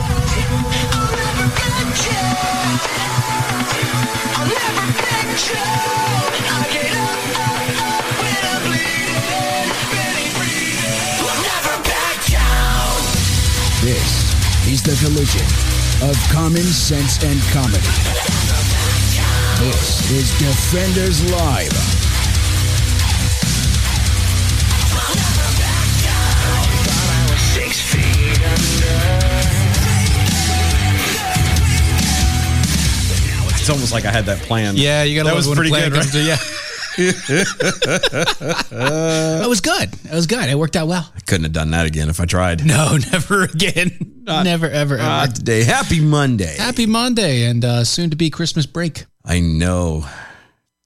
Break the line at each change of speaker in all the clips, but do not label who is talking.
I'll never get you. I'll never get you. I get up, up, up when I'm bleeding, barely breathing. I'll never back down.
This is the collision of common sense and comedy. This is Defenders Live.
Six feet
It's almost like I had that planned.
Yeah, you got
that
to love
was
when
pretty
a plan
good.
comes
Right?
to- yeah. it was good. It was good. It worked out well.
I couldn't have done that again if I tried.
No, never again.
Uh,
never, ever, ever.
Not today. Happy Monday.
Happy Monday and uh, soon to be Christmas break.
I know.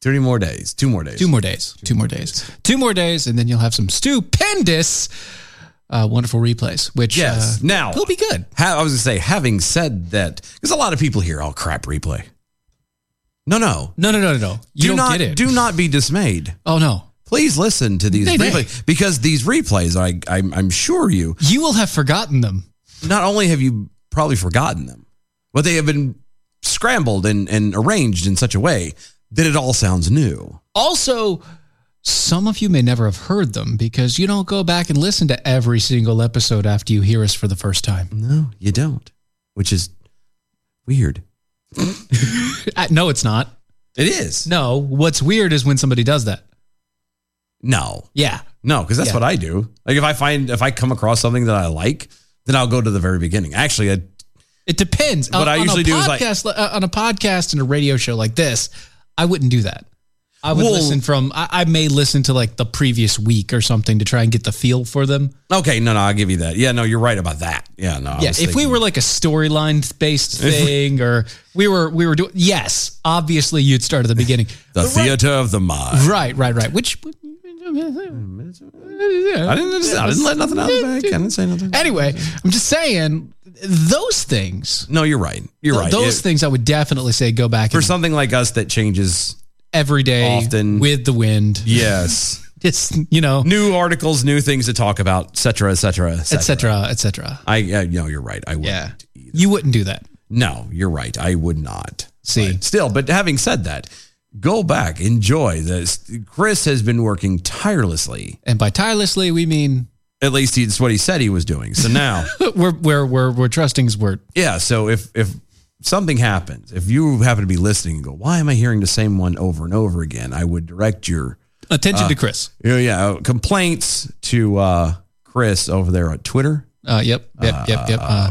Three more days. Two more days.
Two more days. Two more days. Two more days, and then you'll have some stupendous, uh, wonderful replays. Which
Yes.
uh,
now,
will be good.
ha- I was going to say, having said that, because a lot of people here, oh crap, replay. No, no.
No, no, no, no, no. You
do
not
not
get it.
do not be dismayed.
Oh no,
Please listen to these
Nay, nay.
replays because these replays, I, I'm, I'm sure you,
you will have forgotten them.
not only have you probably forgotten them, but they have been scrambled and, and arranged in such a way that it all sounds new.
Also, some of you may never have heard them because you don't go back and listen to every single episode after you hear us for the first time.
No, you don't, which is weird.
Uh, no, it's not.
It is.
No, what's weird is when somebody does that.
No,
Yeah.
no, because that's
Yeah.
what I do. Like if I find, if I come across something that I like, then I'll go to the very beginning. Actually, I,
It depends.
What I usually
a
do is like-
podcast, uh, on a podcast and a radio show like this, I wouldn't do that. I would
Well-
listen from. I, I may listen to like the previous week or something to try and get the feel for them.
okay, no, no, I'll give you that. Yeah, no, you're right about that. Yeah, no. I
yeah,
was
if we
thinking-
were like a storyline based thing, or we were we were doing. Yes, obviously you'd start at the beginning.
the theater of the mind.
right, right, right. Which.
I didn't, I didn't let nothing out of the bag. I didn't say nothing.
Anyway, I'm just saying those things.
No, you're right. You're right.
Those
It-
things I would definitely say go back
for
and
something like us that changes.
every day
Often.
with the wind.
Yes.
Just you know,
new articles, new things to talk about, et cetera, et cetera, et cetera.
etc. etc.
I, uh, no, you're right. I would.
Yeah, you wouldn't do that.
No, you're right. I would not.
See.
But still, but having said that, go back, enjoy this. Chris has been working tirelessly.
And by tirelessly, we mean
At least it's what he said he was doing. So now,
we're we're we're, we're trusting his word.
yeah. So if if something happens, if you happen to be listening and go, why am I hearing the same one over and over again? I would direct your
Attention to Chris.
yeah, yeah uh, complaints to uh, Chris over there on Twitter.
Uh, yep, yep, yep, yep. Uh,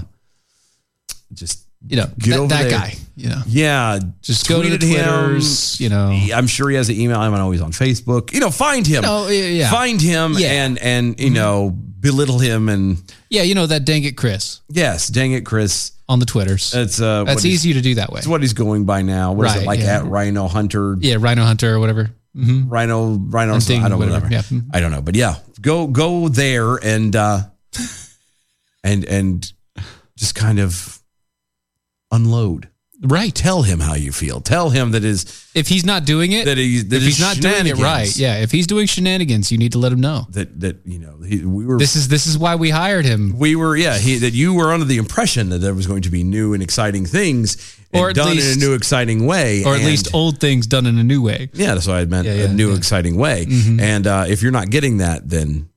Just
you know
get over
that, that
there.
guy. You know,
yeah,
just go to the
tweet at him.
Twitters. You know,
I'm sure he has an email. I'm not always on Facebook. You know, find him.
No, Oh, yeah, yeah.
Find him
Yeah. Mm-hmm.
and and you know belittle him and
yeah, you know that dang it, Chris
yes, dang it, Chris.
on the Twitters.
It's uh, what
That's
he's-
easy to do that way.
It's what he's going by now. What is
Right,
it like
yeah.
at Rhino Hunter?
Yeah, Rhino Hunter or whatever. hmm
Rhino Rhino.
Hunting,
I don't know.
whatever, yeah.
I don't know, but yeah, go go there and uh, and and just kind of unload.
Right.
Tell him how you feel. Tell him that is
If he's not doing it,
that he that
if
his
he's not doing it
shenanigans-
right, yeah. If he's doing shenanigans, you need to let him know.
That that you know he, we were
This is this is why we hired him.
we were yeah he, that you were under the impression that there was going to be new and exciting things and
Or at
done
least-
in a new exciting way
or at
and-
least old things done in a new way.
yeah that's what i meant
Yeah,
a
yeah,
new
yeah. Mm-hmm.
exciting way and uh, if you're not getting that then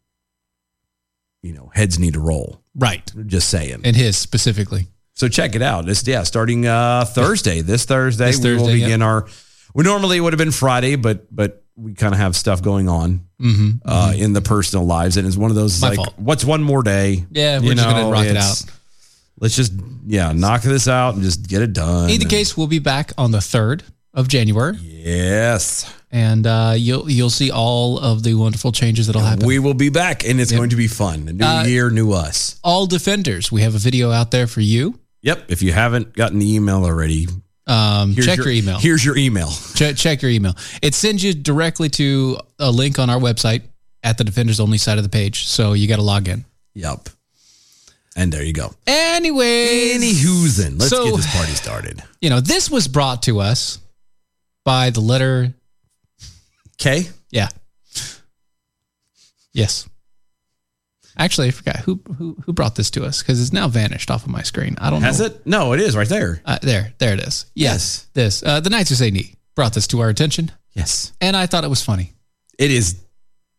you know heads need to roll
Right.
Just saying.
And his specifically.
So check it out. It's yeah, starting uh, Thursday. This Thursday
This
we will
Thursday,
begin our. We normally it would have been Friday, but but we kind of have stuff going on
Mm-hmm.
uh, in the personal lives, and it's one of those
My
like,
fault.
what's one more day?
Yeah,
You
we're just
know,
gonna rock it
it's-
out.
Let's just yeah, knock this out and just get it done.
In either case, we'll be back on the third of January,
yes,
and uh, you'll you'll see all of the wonderful changes that'll happen. Uh,
we will be back, and it's going to be fun. New year, new us.
all defenders, we have a video out there for you.
Yep. If you haven't gotten the email already,
Um,
here's
check your, email.
Here's your email.
Che- check your email. It sends you directly to a link on our website at the defenders only side of the page. So you got to log in.
Yep. And there you go.
Anyways,
Anywhoozin, let's
So-
get this party started.
you know this was brought to us by the letter.
Okay.
Yeah. Yes. Actually, I forgot who who who brought this to us because it's now vanished off of my screen. I don't
Has
know.
it? No, it is right there.
Uh, there, there it is.
Yes.
This uh, the Knights of Saint E brought this to our attention,
Yes.
and I thought it was funny.
It is.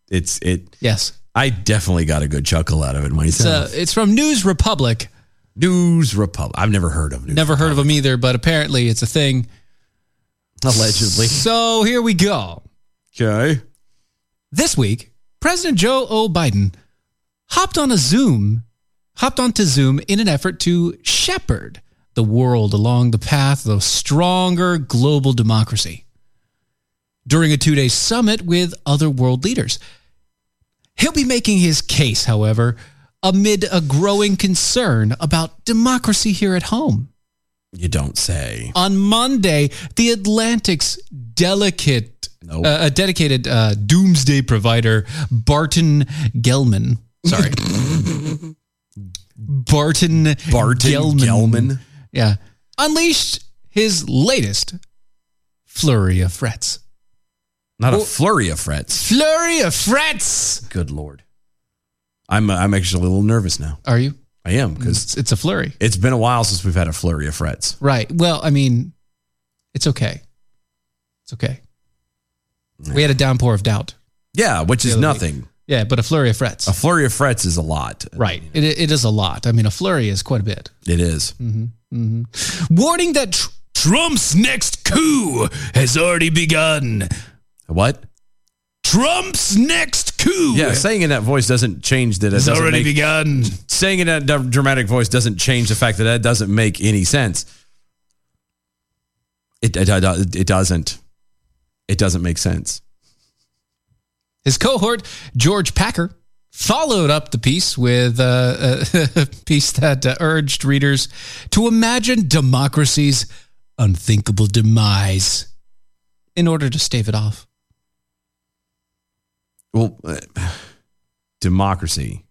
It's it.
Yes.
I definitely got a good chuckle out of it
It's, uh,
myself.
it's from News Republic.
News Republic. I've never heard of News.
Never heard of them either, but apparently it's a thing.
Allegedly.
So here we go.
Okay.
This week, President Joe O. Biden hopped on a Zoom, hopped onto Zoom in an effort to shepherd the world along the path of stronger global democracy during a two day summit with other world leaders. He'll be making his case, however, amid a growing concern about democracy here at home.
You don't say.
on Monday, the Atlantic's delicate,
Nope.
uh, a dedicated uh, doomsday provider, Barton Gelman. Sorry. Barton,
Barton Gelman.
Yeah. Unleashed his latest flurry of frets.
Not a flurry of frets.
Flurry of frets.
Good lord. I'm uh, I'm actually a little nervous now.
Are you?
I am because
It's, it's a flurry.
it's been a while since we've had a flurry of frets.
Right. Well, I mean, it's okay. It's okay. We had a downpour of doubt.
Yeah, which is
Yeah, like-
nothing.
Yeah, but a flurry of frets.
A flurry of frets is a lot.
Right. It, it is a lot. I mean, a flurry is quite a bit. Mm-hmm.
It is.
Mm. Warning that tr- Trump's next coup has already begun.
What?
Trump's next coup
Yeah, saying in that voice doesn't change that. It
has
doesn't
already
make-
begun.
saying it in that dramatic voice doesn't change the fact that that doesn't make any sense. It it, it, it doesn't. It doesn't make sense.
His cohort, George Packer, followed up the piece with uh, a piece that uh, urged readers to imagine democracy's unthinkable demise in order to stave it off.
Well, uh, democracy.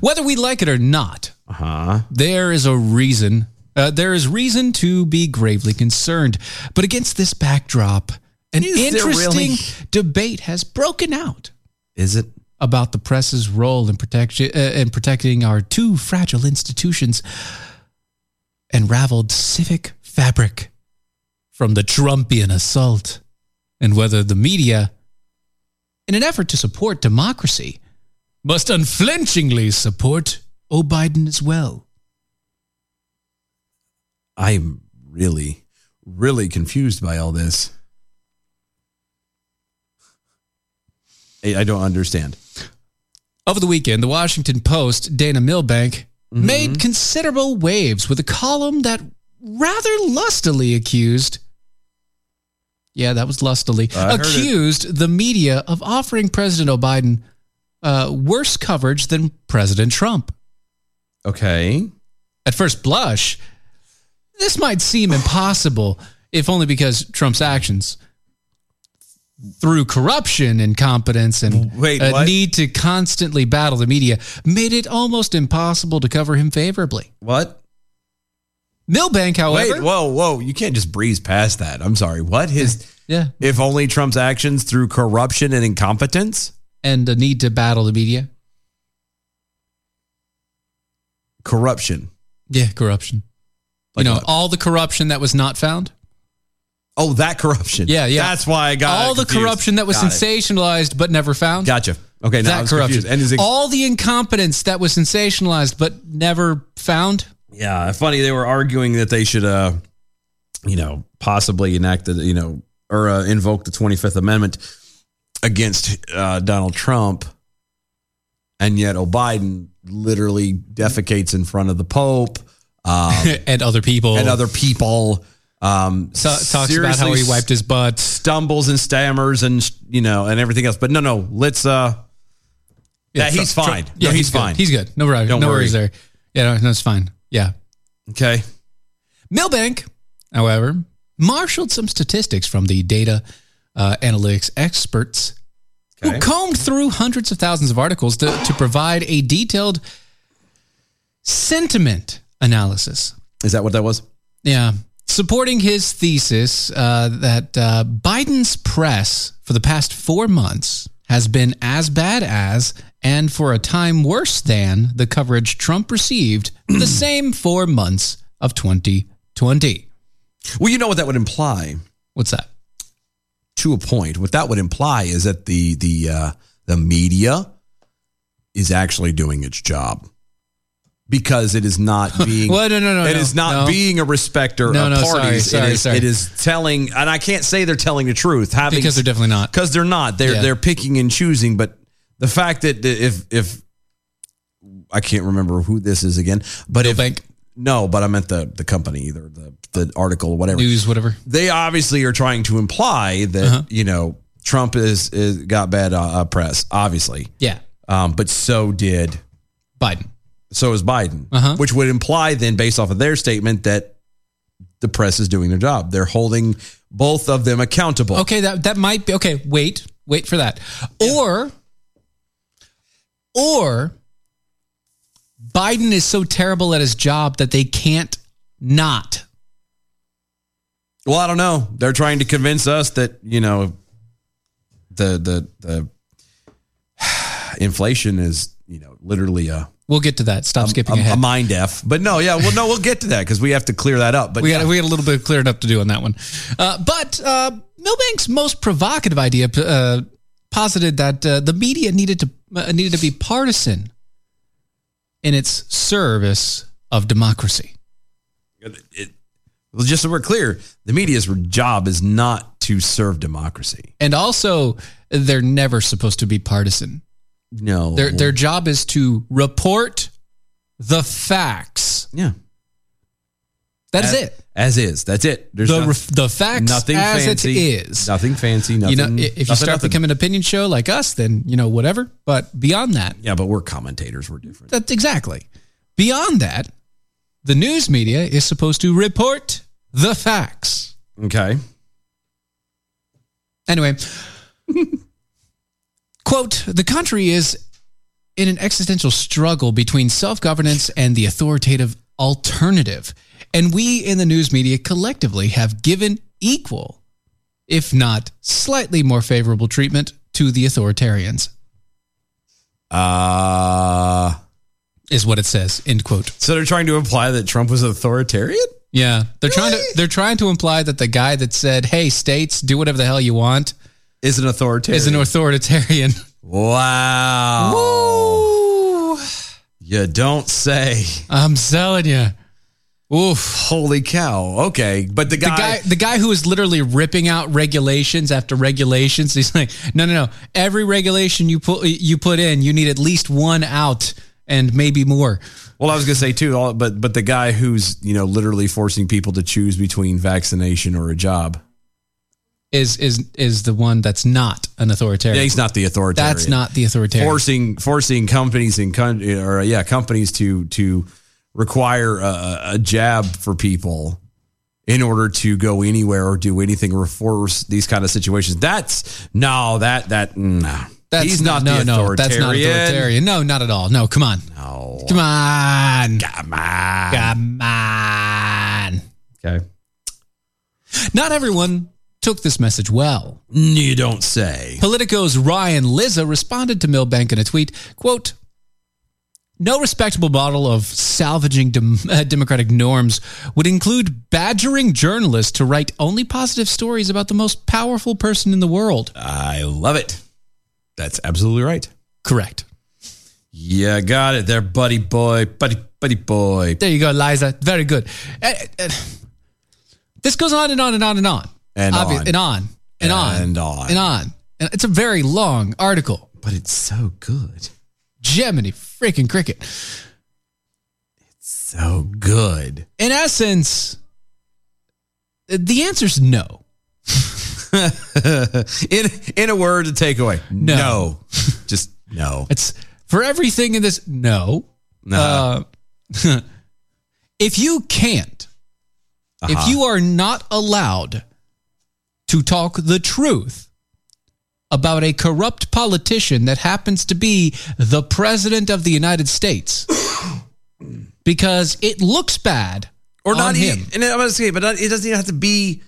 Whether we like it or not,
Uh huh.
There is a reason. Uh, there is reason to be gravely concerned. But against this backdrop, an
Is there
interesting
really?
debate has broken out
Is it?
about the press's role in, protection, uh, in protecting our two fragile institutions and raveled civic fabric from the Trumpian assault, and whether the media, in an effort to support democracy, must unflinchingly support O'Biden as well.
I'm really, really confused by all this. I, I don't understand.
Over the weekend, the Washington Post, Dana Milbank,
Mm-hmm.
made considerable waves with a column that rather lustily accused. Yeah, that was lustily.
I heard it.
accused the media of offering President O'Biden uh, worse coverage than President Trump.
Okay.
At first blush, this might seem impossible, if only because Trump's actions through corruption, incompetence, and
Wait,
a
what?
need to constantly battle the media made it almost impossible to cover him favorably.
What?
Milbank, however,
Wait, whoa, whoa. You can't just breeze past that. I'm sorry. What? His
yeah,
if only Trump's actions through corruption and incompetence?
and a need to battle the media.
Corruption.
Yeah, corruption.
Like
you know,
what?
all the corruption that was not found.
Oh, that corruption.
Yeah, yeah.
That's why I got
all the
confused.
corruption that was
Got it.
sensationalized but never found.
Gotcha. Okay, now I
that
was
corruption.
confused. And is it,
all the incompetence that was sensationalized but never found.
yeah, funny they were arguing that they should, uh, you know, possibly enact the, you know, or uh, invoke the Twenty Fifth Amendment against uh, Donald Trump, and yet O'Biden literally defecates in front of the Pope. Um,
and other people.
and other people. Um,
So, Oh. talks about how
seriously
he wiped his butt.
stumbles and stammers and you know and everything else. But no, no, let's. uh Yeah, he's
Trump-
fine.
Trump-
No, he's
good.
fine.
He's good. No, worries.
Don't
no
worry.
worries there. Yeah, no, no, it's fine. Yeah.
Okay.
Milbank, however, marshaled some statistics from the data uh, analytics experts
Okay.
who combed through hundreds of thousands of articles to, to provide a detailed sentiment analysis.
Is that what that was?
Yeah. Supporting his thesis uh, that uh, Biden's press for the past four months has been as bad as, and for a time worse than, the coverage Trump received for the same four months of 2020.
Well, you know what that would imply
What's that?
to a point. What that would imply is that the the uh, the media is actually doing its job because it is not being.
Well, no, no, no,
It
no,
is not
no.
being a respecter
No,
of
no, sorry,
parties.
sorry,
it is.
sorry.
It is telling, and I can't say they're telling the truth. Having
Because they're definitely not.
because they're not they're
Yeah.
they're picking and choosing but the fact that the- if if i can't remember who this is again but if
Milbank,
no but i meant the the company either the the article or whatever
news, whatever.
they obviously are trying to imply that
Uh-huh.
you know trump is, is got bad uh, uh, press obviously
Yeah.
um but so did
Biden.
so is biden
Uh-huh.
which would imply then based off of their statement that the press is doing their job they're holding both of them accountable
Okay, that that might be okay. Wait, wait for that. Or, or Biden is so terrible at his job that they can't not.
Well, I don't know. They're trying to convince us that you know the the the inflation is you know literally a
We'll get to that. Stop skipping
a,
ahead.
a mind f. But no, yeah, well, no, we'll get to that because we have to clear that up. But
we got we got a little bit of clearing up to do on that one. Uh, but uh, Milbank's most provocative idea uh, posited that uh, the media needed to uh, needed to be partisan in its service of democracy.
it, well, just so we're clear, the media's job is not to serve democracy.
And also, they're never supposed to be partisan.
No,
Their their job is to report the facts.
yeah.
That is
As-
it.
As is. That's it. There's
The
no-
ref- the facts
nothing
as
fancy.
it is.
Nothing fancy. Nothing.
you know, i- if
nothing,
you start to
nothing.
become an opinion show like us, then you know whatever. But beyond that,
yeah, but we're commentators. We're different.
that's exactly. Beyond that, the news media is supposed to report the facts.
Okay.
Anyway, quote, the country is in an existential struggle between self governance and the authoritative alternative. And we in the news media collectively have given equal, if not slightly more favorable treatment to the authoritarians,
Uh
is what it says, end quote.
So they're trying to imply that Trump was authoritarian?
Yeah. They're trying to they're trying to imply that the guy that said, Hey, states, do whatever the hell you want
Is an authoritarian.
is an authoritarian.
wow. You don't say.
I'm telling you. Oof.
Holy cow. Okay. But the
The
guy,
guy, the guy who is literally ripping out regulations after regulations. He's like, no, no, no. Every regulation you put you put in, you need at least one out and maybe more.
well, I was going to say too, all, but, but the guy who's, you know, literally forcing people to choose between vaccination or a job.
Is is is the one that's not an authoritarian?
Yeah, he's not the authoritarian.
that's not the authoritarian.
forcing, forcing companies and con- or yeah, companies to, to require a, a jab for people in order to go anywhere or do anything or force these kind of situations. That's no, that, that, no.
that's
He's not, the
no,
authoritarian.
no. That's not authoritarian. No, not at all. No, come on,
No.
come on.
Come on.
Come on.
Okay.
Not everyone took this message well.
You don't say.
Politico's Ryan Lizza responded to Milbank in a tweet, quote, No respectable model of salvaging dem- uh, democratic norms would include badgering journalists to write only positive stories about the most powerful person in the world.
I love it. That's absolutely right.
Correct.
Yeah, got it there, buddy boy, buddy, buddy boy.
There you go, Liza. Very good. Uh, uh, this goes on and on and on and on.
And
Obvi-
on.
And on. And on.
And on.
And on. And it's a very long article.
But it's so good.
Gemini freaking cricket.
So good.
In essence, uh, the answer's no.
in in a word, a takeaway.
No.
Just no.
It's for everything in this. No.
No.
Uh, if you can't, if you are not allowed to talk the truth about a corrupt politician that happens to be the president of the United States, because it looks bad
or
on
not
him.
e- And I'm gonna say, but not, it doesn't even have to be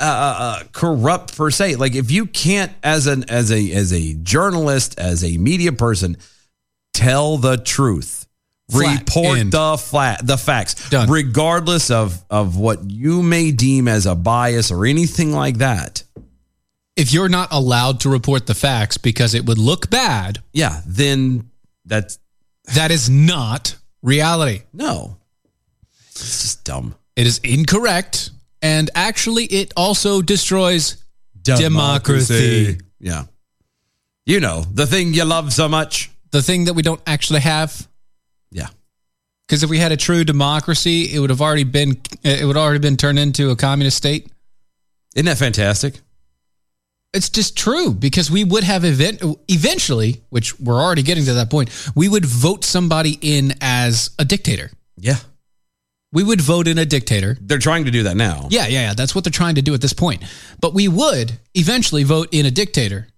uh, uh, uh, corrupt per se. Like if you can't, as an as a as a journalist, as a media person, tell the truth,
Flat.
report
End.
the flat the facts,
Done.
regardless of of what you may deem as a bias or anything like that.
if you're not allowed to report the facts because it would look bad,
Yeah, then that's
that is not reality.
no. It's just dumb.
It is incorrect. And actually, it also destroys Democracy.
Yeah. You know, the thing you love so much.
the thing that we don't actually have.
Yeah.
Because if we had a true democracy, it would have already been it would already been turned into a communist state.
Isn't that fantastic?
It's just true because we would have event eventually, which we're already getting to that point. We would vote somebody in as a dictator.
Yeah.
We would vote in a dictator.
They're trying to do that now.
Yeah, yeah, yeah. That's what they're trying to do at this point. But we would eventually vote in a dictator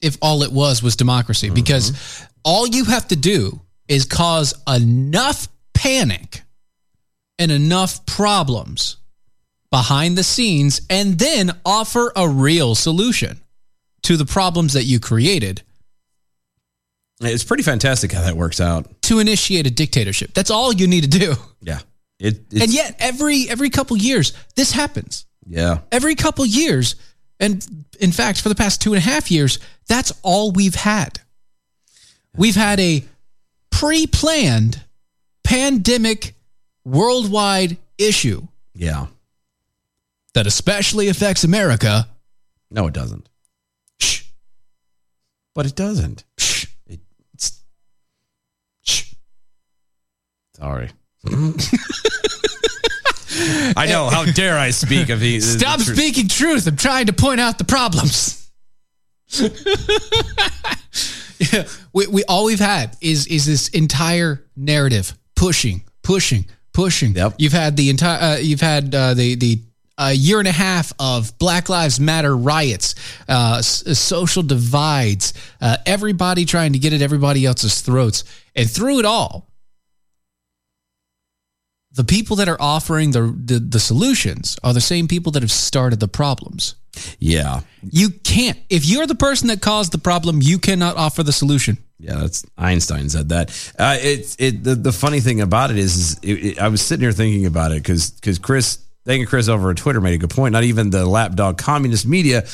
if all it was was democracy, because all you have to do is cause enough panic and enough problems behind the scenes and then offer a real solution to the problems that you created
It's pretty fantastic how that works out.
to initiate a dictatorship. That's all you need to do.
Yeah. It, it's,
and yet every every couple years this happens.
yeah.
every couple years and in fact for the past two and a half years that's all we've had we've had a pre-planned pandemic worldwide issue
Yeah.
that especially affects america
No, it doesn't.
Shh,
But it doesn't.
shh,
It,
shh.
sorry. I know. How dare I speak of these?
stop
the truth.
speaking truth i'm trying to point out the problems yeah, we, we all we've had is is this entire narrative pushing, pushing, pushing.
Yep.
You've had the entire uh, you've had uh, the the uh, year and a half of Black Lives Matter riots, uh, s- uh, social divides, uh, everybody trying to get at everybody else's throats, and through it all, the people that are offering the the, the solutions are the same people that have started the problems.
Yeah.
You can't. If you're the person that caused the problem, you cannot offer the solution.
Yeah, that's Einstein said that. Uh, it's it the, the funny thing about it is, is it, it- I was sitting here thinking about it because because Chris, thank you, Chris over on Twitter made a good point. Not even the lapdog communist media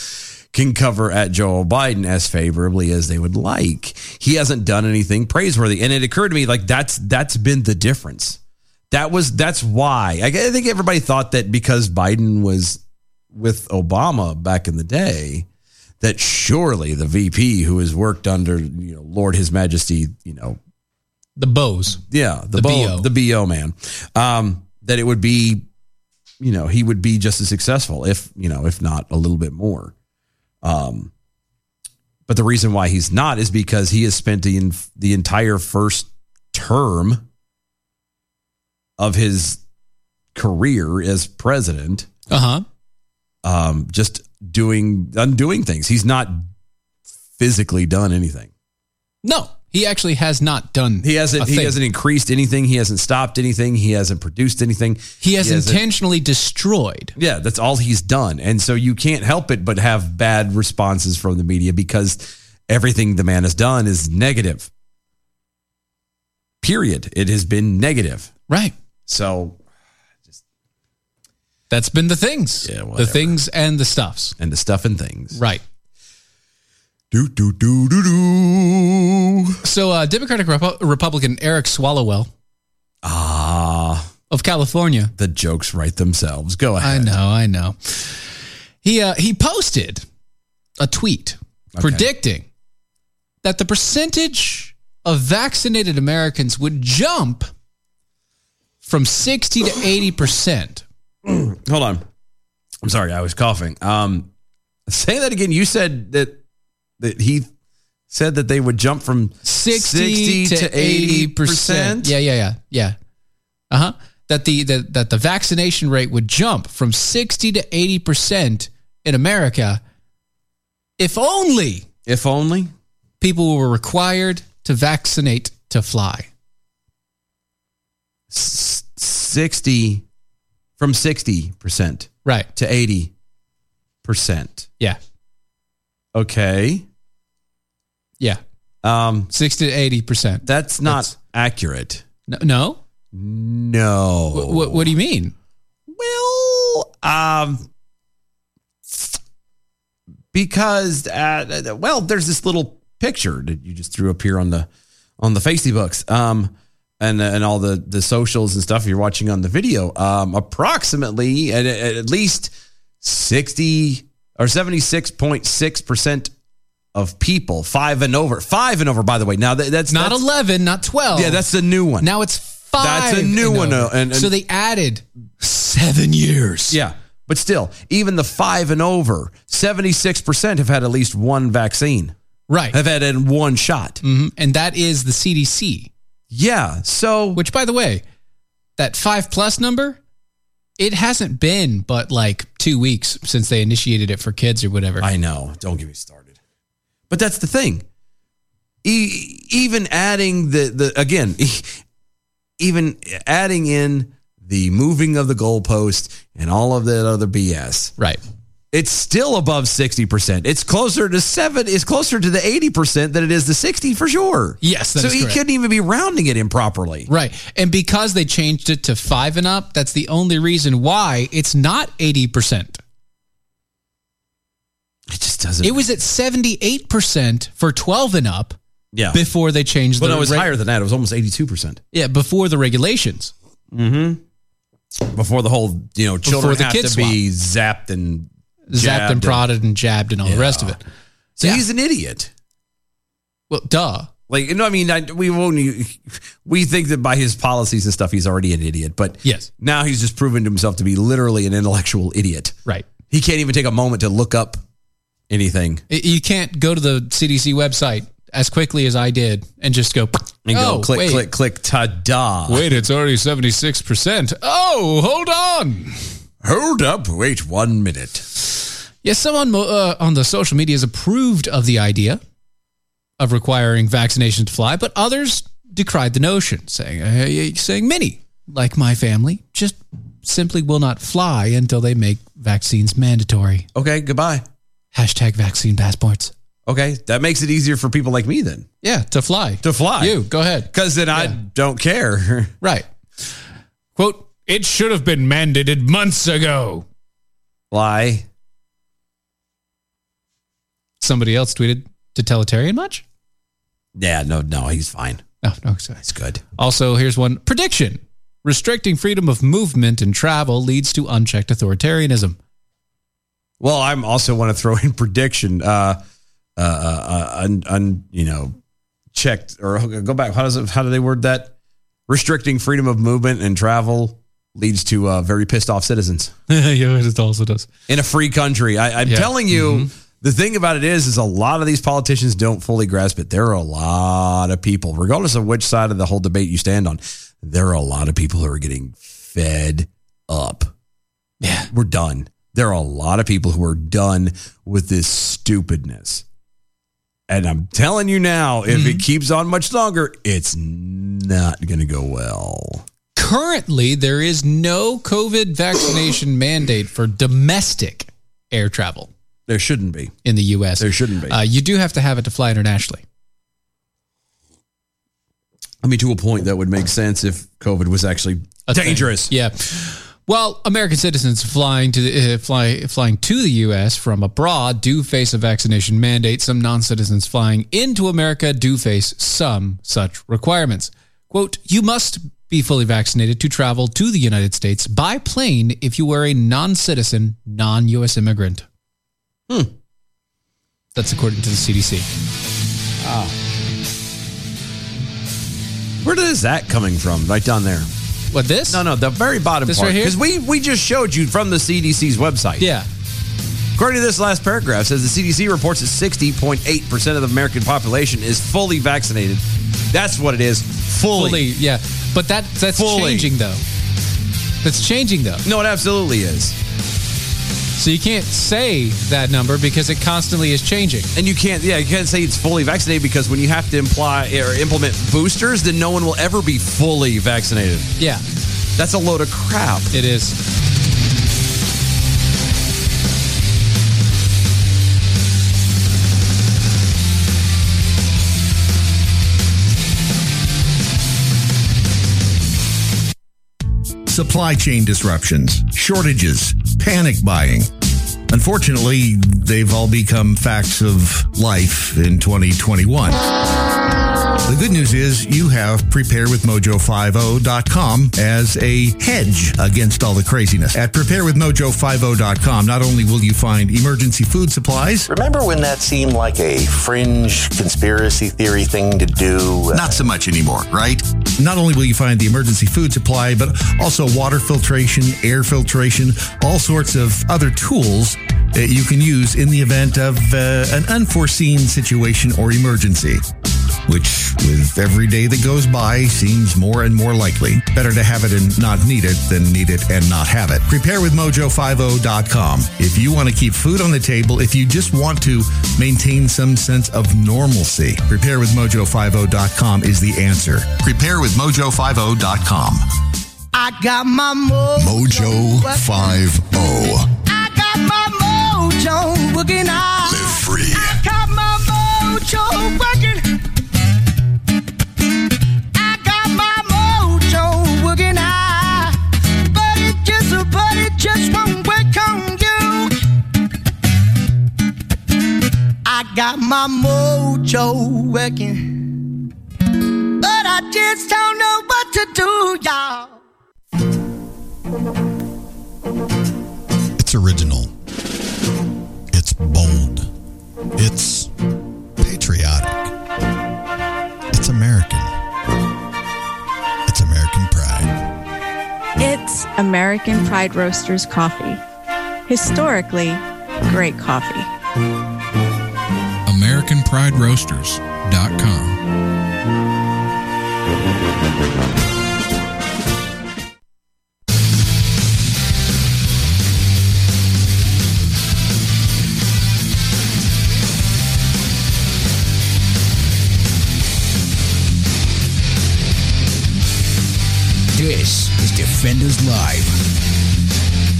can cover at Joe Biden as favorably as they would like. He hasn't done anything praiseworthy, and it occurred to me like that's that's been the difference. That was that's why I, I think everybody thought that because Biden was with Obama back in the day that surely the VP who has worked under you know Lord His Majesty you know
The bows.
yeah the,
The
bo,
BO.
the bo man um, that it would be you know he would be just as successful if you know if not a little bit more um, but the reason why he's not is because he has spent the en- the entire first term of his career as president
Uh huh.
um, just doing undoing things. He's not physically done anything.
No, he actually has not done.
He hasn't.
a
He
thing.
hasn't increased anything. He hasn't stopped anything. He hasn't produced anything.
He has
He hasn't-
intentionally destroyed.
Yeah, that's all he's done. And so you can't help it but have bad responses from the media because everything the man has done is negative. Period. It has been negative.
Right.
So
That's been the things.
Yeah, whatever.
the things and the stuffs.
and the stuff and things.
Right.
Do do do do do.
So uh, Democratic Repu- Republican Eric Swallowell
Ah,
of California.
the jokes write themselves. Go
I
ahead.
know, I know. He uh, he posted a tweet
Okay.
predicting that the percentage of vaccinated Americans would jump from 60 to 80%.
Hold on. I'm sorry. I was coughing. Um, say that again. You said that that he said that they would jump from
60, to 80%. Yeah, yeah, yeah. Yeah. Uh-huh. That the, the that the vaccination rate would jump from 60 to 80% in America if only
If only.
people were required to vaccinate to fly.
S- 60 from 60%
Right.
to 80%.
Yeah.
Okay.
Yeah.
Um
60 to 80%.
that's not accurate.
No. no?
No.
Wh- What, what do you mean?
Well, um, because uh, well, there's this little picture that you just threw up here on the on the Facebooks, um, and and all the the socials and stuff you're watching on the video. Um, approximately at, at at least sixty or seventy six point six percent of people five and over, five and over. By the way, now that, that's
Not
that's,
11, not 12.
Yeah, that's the new one.
Now it's 5.
That's a new
and
one,
over.
uh, and- and-
so they added 7 years.
Yeah. But still, even the five and over, 76% have had at least one vaccine,
Right.
have had in one shot.
Mhm. And that is the CDC.
Yeah. So,
Which, by the way, that five plus number, it hasn't been but like two weeks since they initiated it for kids or whatever.
I know. Don't get me started. But that's the thing. E- even adding the, the again, e- even adding in the moving of the goalpost and all of that other BS,
right.
it's still above 60%. It's closer to seven, it's closer to the 80% than it is the 60 for sure.
Yes, that
so
is
he
correct.
couldn't even be rounding it improperly.
Right. And because they changed it to five and up, that's the only reason why it's not 80%.
It just doesn't.
It was at 78% for 12 and up
yeah.
before they changed
Well,
the
no, it was
reg-
higher than that. It was almost eighty-two percent
Yeah, before the regulations.
before the whole you know children
Before the
have
kid
to be zapped and
Zapped
jabbed
and prodded and jabbed and all the rest of
Yeah.
it.
So
Yeah.
he's an idiot.
Well, duh.
Like no, I mean I, we won't. We think that by his policies and stuff, he's already an idiot. But
Yes.
now he's just proven himself to be literally an intellectual idiot.
Right.
He can't even take a moment to look up anything
Y- You can't go to the CDC website as quickly as I did and just go
and
"Oh,
go click,
wait,
click, click. Ta da!
Wait, it's already 76%. Oh, hold on.
Hold up! Wait one minute.
Yes, someone mo- uh, on the social media has approved of the idea of requiring vaccination to fly, but others decried the notion, saying, uh, saying many, like my family, just simply will not fly until they make vaccines mandatory.
Okay, goodbye.
Hashtag vaccine passports.
Okay, that makes it easier for people like me then
Yeah, to fly.
to fly.
You, go ahead.
Because then I don't care.
Right. Quote, it should have been mandated months ago.
Lie.
Somebody else tweeted, totalitarian much?
Yeah, no, no, he's fine.
No, no, sorry.
It's good.
Also, here's one prediction restricting freedom of movement and travel leads to unchecked authoritarianism.
Well, I'm also want to throw in prediction. Uh, uh, uh, uh, un, un, you know, checked or go back. How does it, how do they word that? Restricting freedom of movement and travel leads to uh, very pissed off citizens
yeah, it also does.
in a free country. I, I'm
Yeah.
telling you, the thing about it is, is a lot of these politicians don't fully grasp it. There are a lot of people, regardless of which side of the whole debate you stand on, there are a lot of people who are getting fed up. Yeah, we're done. There are a lot of people who are done with this stupidness. And I'm telling you now, if it keeps on much longer, it's not going to go well.
Currently, there is no COVID vaccination mandate for domestic air travel
There shouldn't be.
in the U.S.
There shouldn't be.
Uh, you do have to have it to fly internationally.
I mean, to a point that would make sense if COVID was actually
a thing.
dangerous.
Yeah. Well, American citizens flying to the, uh, fly, flying to the U.S. from abroad do face a vaccination mandate. Some non-citizens flying into America do face some such requirements. "Quote: You must be fully vaccinated to travel to the United States by plane if you are a non-citizen, non-U.S. immigrant."
Hmm.
That's according to the CDC.
Where is that coming from? Right down there.
What this?
No, no, the very bottom
This
part.
right here?
Because we, we just showed you from the CDC's website.
Yeah.
According to this last paragraph, it says the CDC reports that 60.8% of the American population is fully vaccinated. That's what it is. Fully.
Fully. Yeah. But that that's
Fully.
changing though. That's changing though.
No, it absolutely is.
So you can't say that number because it constantly is changing.
And you can't, yeah, you can't say it's fully vaccinated because when you have to imply or implement boosters, then no one will ever be fully vaccinated.
Yeah,
That's a load of crap.
it is.
supply chain disruptions, shortages, panic buying. Unfortunately, they've all become facts of life in 2021. The good news is you have preparewithmojo50.com as a hedge against all the craziness. At preparewithmojo50.com, not only will you find emergency food supplies,
Remember when that seemed like a fringe conspiracy theory thing to do?
not so much anymore, right? Not only will you find the emergency food supply, but also water filtration, air filtration, all sorts of other tools that you can use in the event of uh, an unforeseen situation or emergency. Which, with every day that goes by, seems more and more likely. Better to have it and not need it than need it and not have it. Prepare with mojo50.com. If you want to keep food on the table, if you just want to maintain some sense of normalcy, prepare with mojo50.com is the answer. Prepare with mojo50.com.
I got my mojo.
Mojo oh. 50.
I got my mojo working hard.
free.
I got my mojo working. I got my mojo working hard. But it just, but it just won't work on you. I got my mojo working. But I just don't know what to do, y'all.
It's original. It's bold. It's patriotic. It's American. It's American pride.
It's American Pride Roasters coffee. Historically, great coffee.
AmericanPrideRoasters.com.
This is Defenders Live.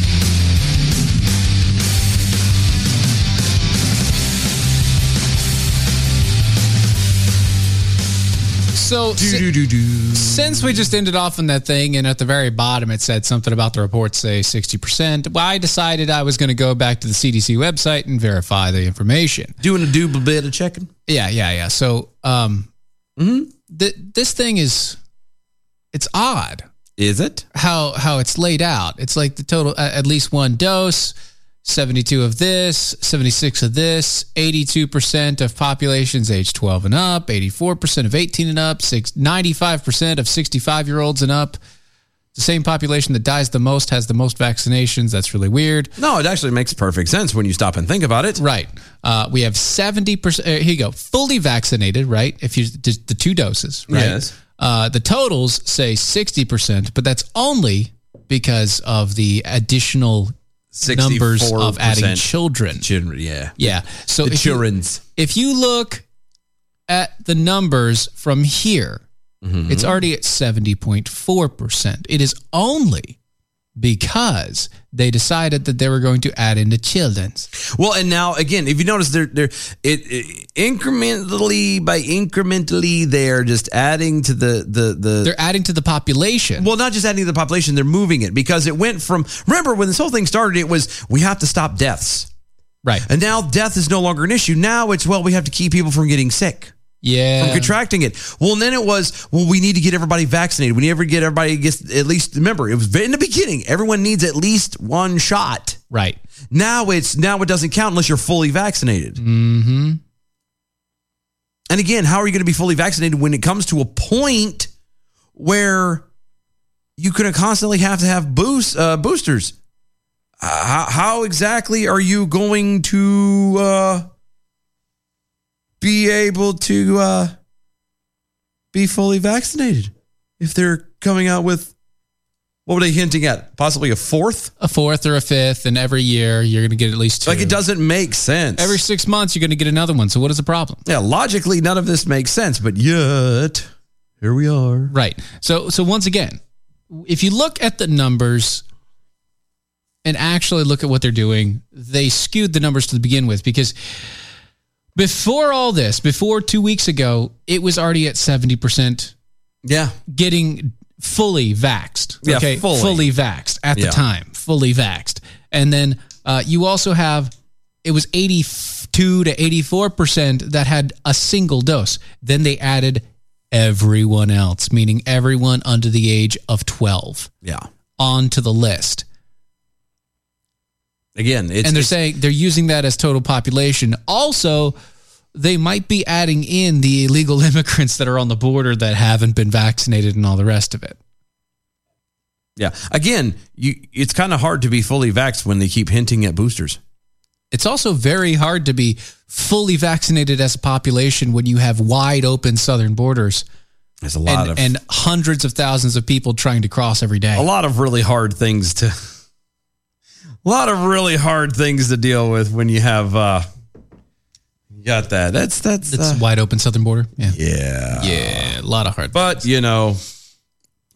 So si- since we just ended off on that thing, and at the very bottom it said something about the report say sixty percent. Well, I decided I was going to go back to the CDC website and verify the information.
Doing a double bit of checking.
Yeah, yeah, yeah. So, um,
Mm-hmm.
th- this thing is it's odd.
Is it?
how how it's laid out. It's like the total a- at least one dose, 72 of this, 76 of this, 82% of populations age 12 and up, 84% of 18 and up, six, 95% of 65-year-olds and up. The same population that dies the most has the most vaccinations. That's really weird.
No, it actually makes perfect sense when you stop and think about it.
Right. Uh, we have 70%. Uh, here you go. Fully vaccinated, right? If you did the two doses, right?
Yes.
Uh, the totals say 60%, but that's only because of the additional numbers of adding
64%
children.
Children, yeah.
Yeah. So
The
if you-
children's.
if you look at the numbers
Mm-hmm.
from here, it's already at 70.4%. It is only because they decided that they were going to add in the children's.
Well, and now again, if you notice, they're they're it, it incrementally by incrementally they're just adding to the the the
they're adding to the population.
Well, not just adding to the population, they're moving it because it went from remember when this whole thing started, it was we have to stop deaths,
right?
And now death is no longer an issue. Now it's well we have to keep people from getting sick.
Yeah.
From contracting it. Well, then it was, well, we need to get everybody vaccinated. We need to get everybody gets at least remember, it was in the beginning, everyone needs at least one shot.
Right.
Now it's now it doesn't count unless you're fully vaccinated.
Mm-hmm.
And again, how are you going to be fully vaccinated when it comes to a point where you going to constantly have to have boost uh, boosters? Uh, how, how exactly are you going to uh, be able to uh, be fully vaccinated if they're coming out with what were they hinting at? Possibly a fourth,
a fourth or a fifth, and every year you're going to get at least two.
Like it doesn't make sense.
Every six months you're going to get another one. So what is the problem?
Yeah, logically none of this makes sense, but yet here we are.
Right. So so once again, if you look at the numbers and actually look at what they're doing, they skewed the numbers to begin with because before all this, before two weeks ago, it was already at 70%.
Yeah.
Getting fully vaxxed.
Yeah,
okay.
fully.
Fully, vaxxed at
Yeah.
the time. Fully vaxxed. And then uh, you also have, it was 82 to 84% that had a single dose. Then they added everyone else, meaning everyone under the age of 12
Yeah.
onto the list.
Again, it's
and they're
it's-
saying they're using that as total population. Also, they might be adding in the illegal immigrants that are on the border that haven't been vaccinated and all the rest of it.
yeah. Again, you it's kind of hard to be fully vaxxed when they keep hinting at boosters.
It's also very hard to be fully vaccinated as a population when you have wide open southern borders
There's a lot
and,
of Oh,
and hundreds of thousands of people trying to cross every day.
a lot of really hard things to a lot of really hard things to deal with when you have uh you got that. That's that's
It's
uh,
wide open southern border. Yeah.
yeah.
Yeah, a lot of hard.
But, you know,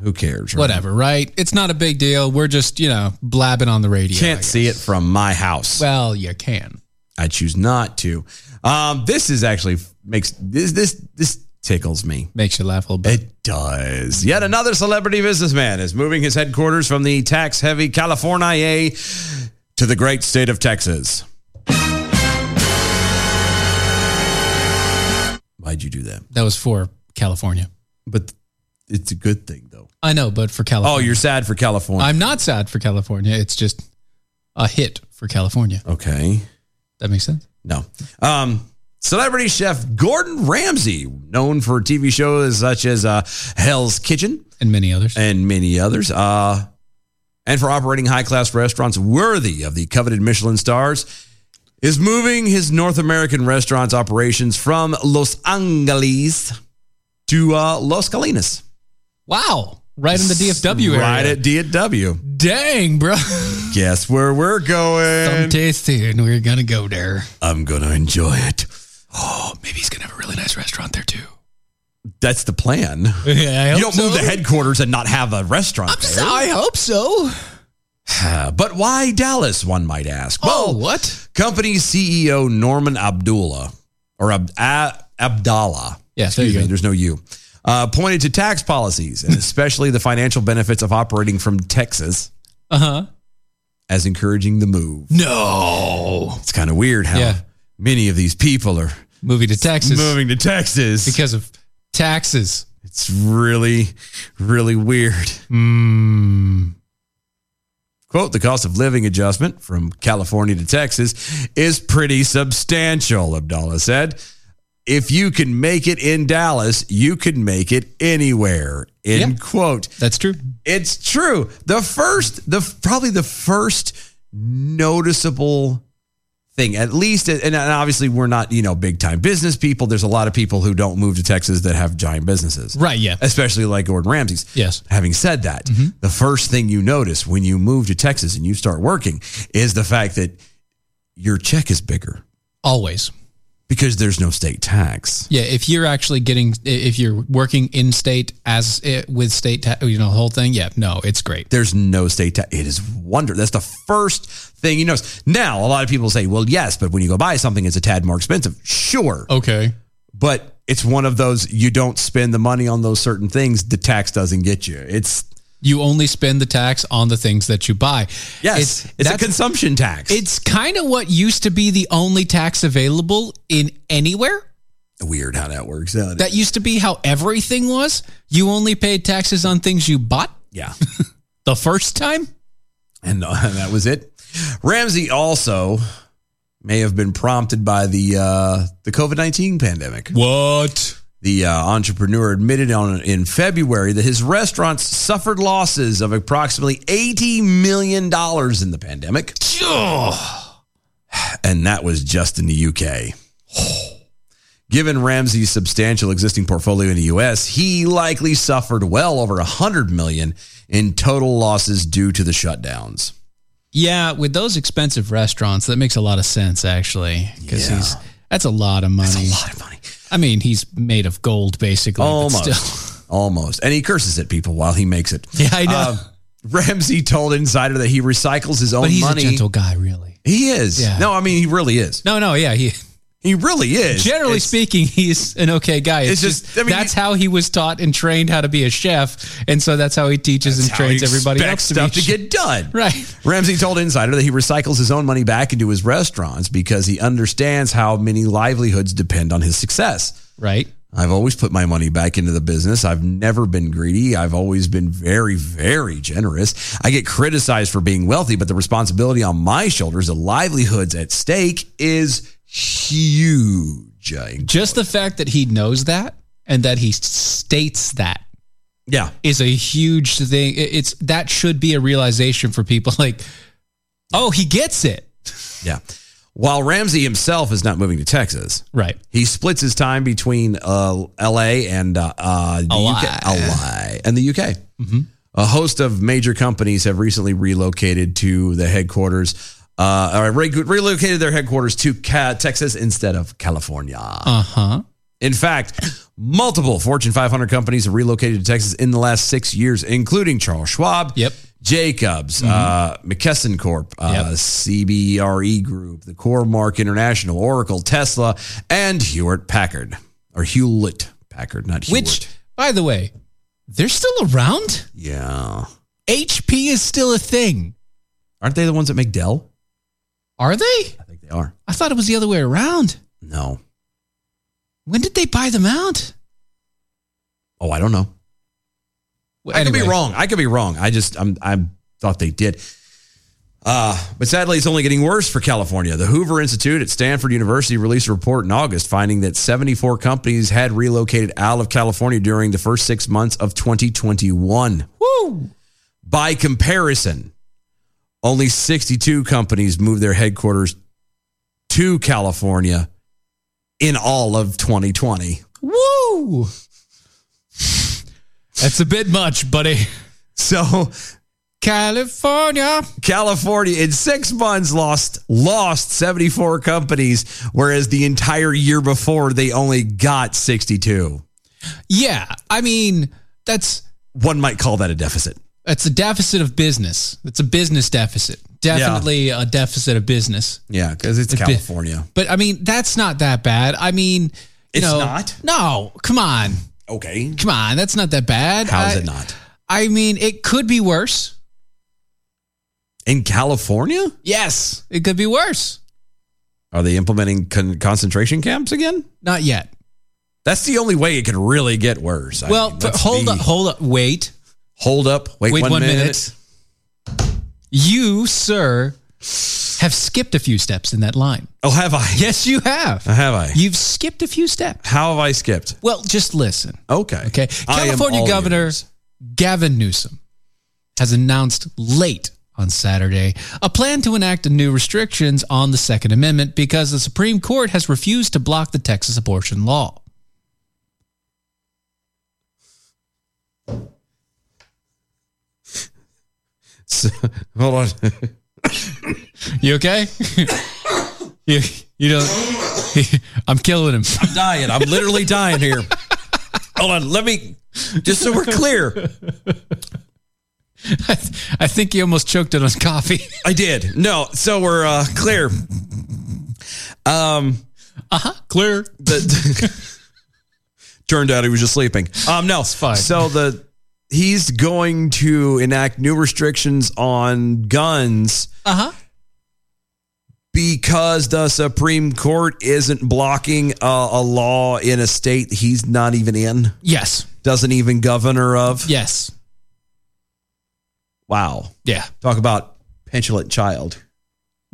who cares? right?
Whatever, right? It's not a big deal. We're just, you know, blabbing on the radio.
Can't see it from my house.
Well, you can.
I choose not to. Um, this is actually makes this this this tickles me.
Makes you laugh a little bit.
It does. Yet another celebrity businessman is moving his headquarters from the tax-heavy California to the great state of Texas. Why'd you do that?
That was for California.
But it's a good thing, though.
I know, but for
Oh,
California.
you're sad for California.
I'm not sad for California. It's just a hit for California.
okay.
That makes sense.
No. Um, celebrity chef Gordon Ramsay, known for TV shows such as uh, Hell's Kitchen
and many others,
and many others, uh, and for operating high class restaurants worthy of the coveted Michelin stars, is moving his North American restaurants operations from Los Angeles to uh, Los Colinas.
Wow. Right in the DFW area.
Right at DFW.
Dang, bro.
Guess where we're going?
I'm tasty and we're going to go there.
I'm going to enjoy it.
Oh, maybe he's going to have a really nice restaurant there too.
That's the plan.
Yeah, I hope
you don't move
so.
the headquarters and not have a restaurant.
I'm just,
there.
I hope so.
Uh, but why Dallas, one might ask? Well,
Oh, what?
company CEO Norman Abdullah, or Ab- A- Abdallah,
Yeah, there you
excuse me,
go.
there's no you, uh, pointed to tax policies and especially the financial benefits of operating from Texas
Uh huh.
as encouraging the move.
No.
It's kind of weird how
Yeah.
many of these people are
Moving to Texas
moving to Texas.
because of taxes.
it's really, really weird.
Mm.
quote the cost of living adjustment from california to texas is pretty substantial abdallah said if you can make it in dallas you can make it anywhere end
Yeah.
quote
That's true.
it's true the first the probably the first noticeable thing at least and, and obviously we're not you know big time business people there's a lot of people who don't move to texas that have giant businesses
Right. Yeah.
especially like Gordon Ramsay's.
Yes. Mm-hmm.
Having said that, the first thing you notice when you move to Texas and you start working is the fact that your check is bigger.
Always.
because there's no state tax.
Yeah, if you're actually getting, if you're working in state as it, with state, ta- you know, the whole thing. Yeah, no, it's great.
There's no state tax. It is wonder. That's the first thing you notice. Now, a lot of people say, well, yes, but when you go buy something, it's a tad more expensive. Sure.
Okay.
But it's one of those, you don't spend the money on those certain things. The tax doesn't get you. It's,
You only spend the tax on the things that you buy.
yes, it's, a
that's-
consumption tax.
It's kind of what used to be the only tax available in anywhere.
Weird how that works out.
That used to be how everything was. You only paid taxes on things you bought.
Yeah.
the first time.
and uh, that was it. Ramsey also may have been prompted by the uh, the COVID nineteen pandemic.
What
the uh, entrepreneur admitted on in February that his restaurants suffered losses of approximately eighty million dollars in the pandemic, and that was just in the UK. Given Ramsey's substantial existing portfolio in the US, he likely suffered well over 100 million in total losses due to the shutdowns.
Yeah, with those expensive restaurants, that makes a lot of sense actually. Because
Yeah.
he's that's a lot of money. That's a
lot of money.
I mean, he's made of gold basically. Almost. But
Almost.
still.
Almost. And he curses at people while he makes it. Uh,
Yeah, I know.
Ramsey told Insider that he recycles his Um, own
But he's
money.
a gentle guy, really.
He is.
Yeah.
No, I mean he really is.
No, no, yeah, he
he really is.
Generally
It's-
speaking, he's an okay guy. It's,
It's just-
just,
I mean,
that's how he was taught and trained how to be a chef, and so that's how he teaches and
That's how he
trains everybody
expects
else to
stuff
be
to get done.
Right.
Ramsey told Insider that he recycles his own money back into his restaurants because he understands how many livelihoods depend on his success.
Right.
I've always put my money back into the business. I've never been greedy. I've always been very, very generous. I get criticized for being wealthy, but the responsibility on my shoulders, the livelihoods at stake, is huge.
Just the fact that he knows that and that he states that
yeah
is a huge thing. It- It's that should be a realization for people like oh, he gets it.
Yeah. While Ramsey himself is not moving to Texas,
Right.
He splits his time between uh, L.A. and uh, uh, the UK, LA and the UK. A host of major companies have recently relocated to the headquarters. Uh, or re- relocated their headquarters to Ca- Texas instead of California.
Uh-huh.
In fact, multiple Fortune 500 companies have relocated to Texas in the last six years, including Charles Schwab, yep. Jacobs, uh, McKesson Corp, uh, CBRE E Group, the Coremark International, Oracle, Tesla, and Hewlett Packard or Hewlett Packard, not Hewlett.
Which by the way, they're still around?
yeah,
HP is still a thing.
aren't they the ones that make Dell?
Are they?
They are.
I thought it was the other way around.
No.
When did they buy them out?
Oh, I don't know. I could be wrong. I could be wrong. I just I'm I thought they did. Uh, but sadly, it's only getting worse for California. The Hoover Institute at Stanford University released a report in August finding that 74 companies had relocated out of California during the first six months of 2021.
Woo!
By comparison, only 62 companies moved their headquarters to California in all of 2020.
Woo! That's a bit much, buddy.
So,
California,
California in six months lost lost 74 companies, whereas the entire year before they only got 62.
Yeah, I mean that's
one might call that a deficit.
that's a deficit of business. It's a business deficit. Definitely a deficit of business.
Yeah, because it's
A bit-
California.
But I mean, that's not that bad. I mean, you
It's
know-
not?
No, come on,
Okay.
come on. That's not that bad.
How's
I-
it not?
I mean, it could be worse.
In California?
Yes, it could be worse.
Are they implementing con- concentration camps again?
Not yet.
That's the only way it could really get worse. I
well,
mean,
but
let's
hold
be-
up, hold up, wait,
hold up, wait, one, minute.
You, sir, have skipped a few steps in that line.
Oh, have I?
Yes, you have.
Have I?
You've skipped a few steps.
How have I skipped?
Well, just listen.
Okay.
Okay.
I am
California
all
Governor Gavin Newsom has announced late on Saturday a plan to enact new restrictions on the Second Amendment because the Supreme Court has refused to block the Texas abortion law.
So, hold on.
You okay? you, you don't. I'm killing him.
I'm dying. I'm literally dying here. Hold on. Let me, just so we're clear.
I, th- I think you almost choked it on coffee.
I did. No. So we're uh, clear. Um,
uh huh.
Clear. The, turned out he was just sleeping. Um, no. It's
fine.
So the he's going to enact new restrictions on guns
Uh huh.
because the Supreme Court isn't blocking a, a law in a state he's not even in,
Yes.
doesn't even governor of.
Yes.
Wow.
Yeah.
Talk about petulant child.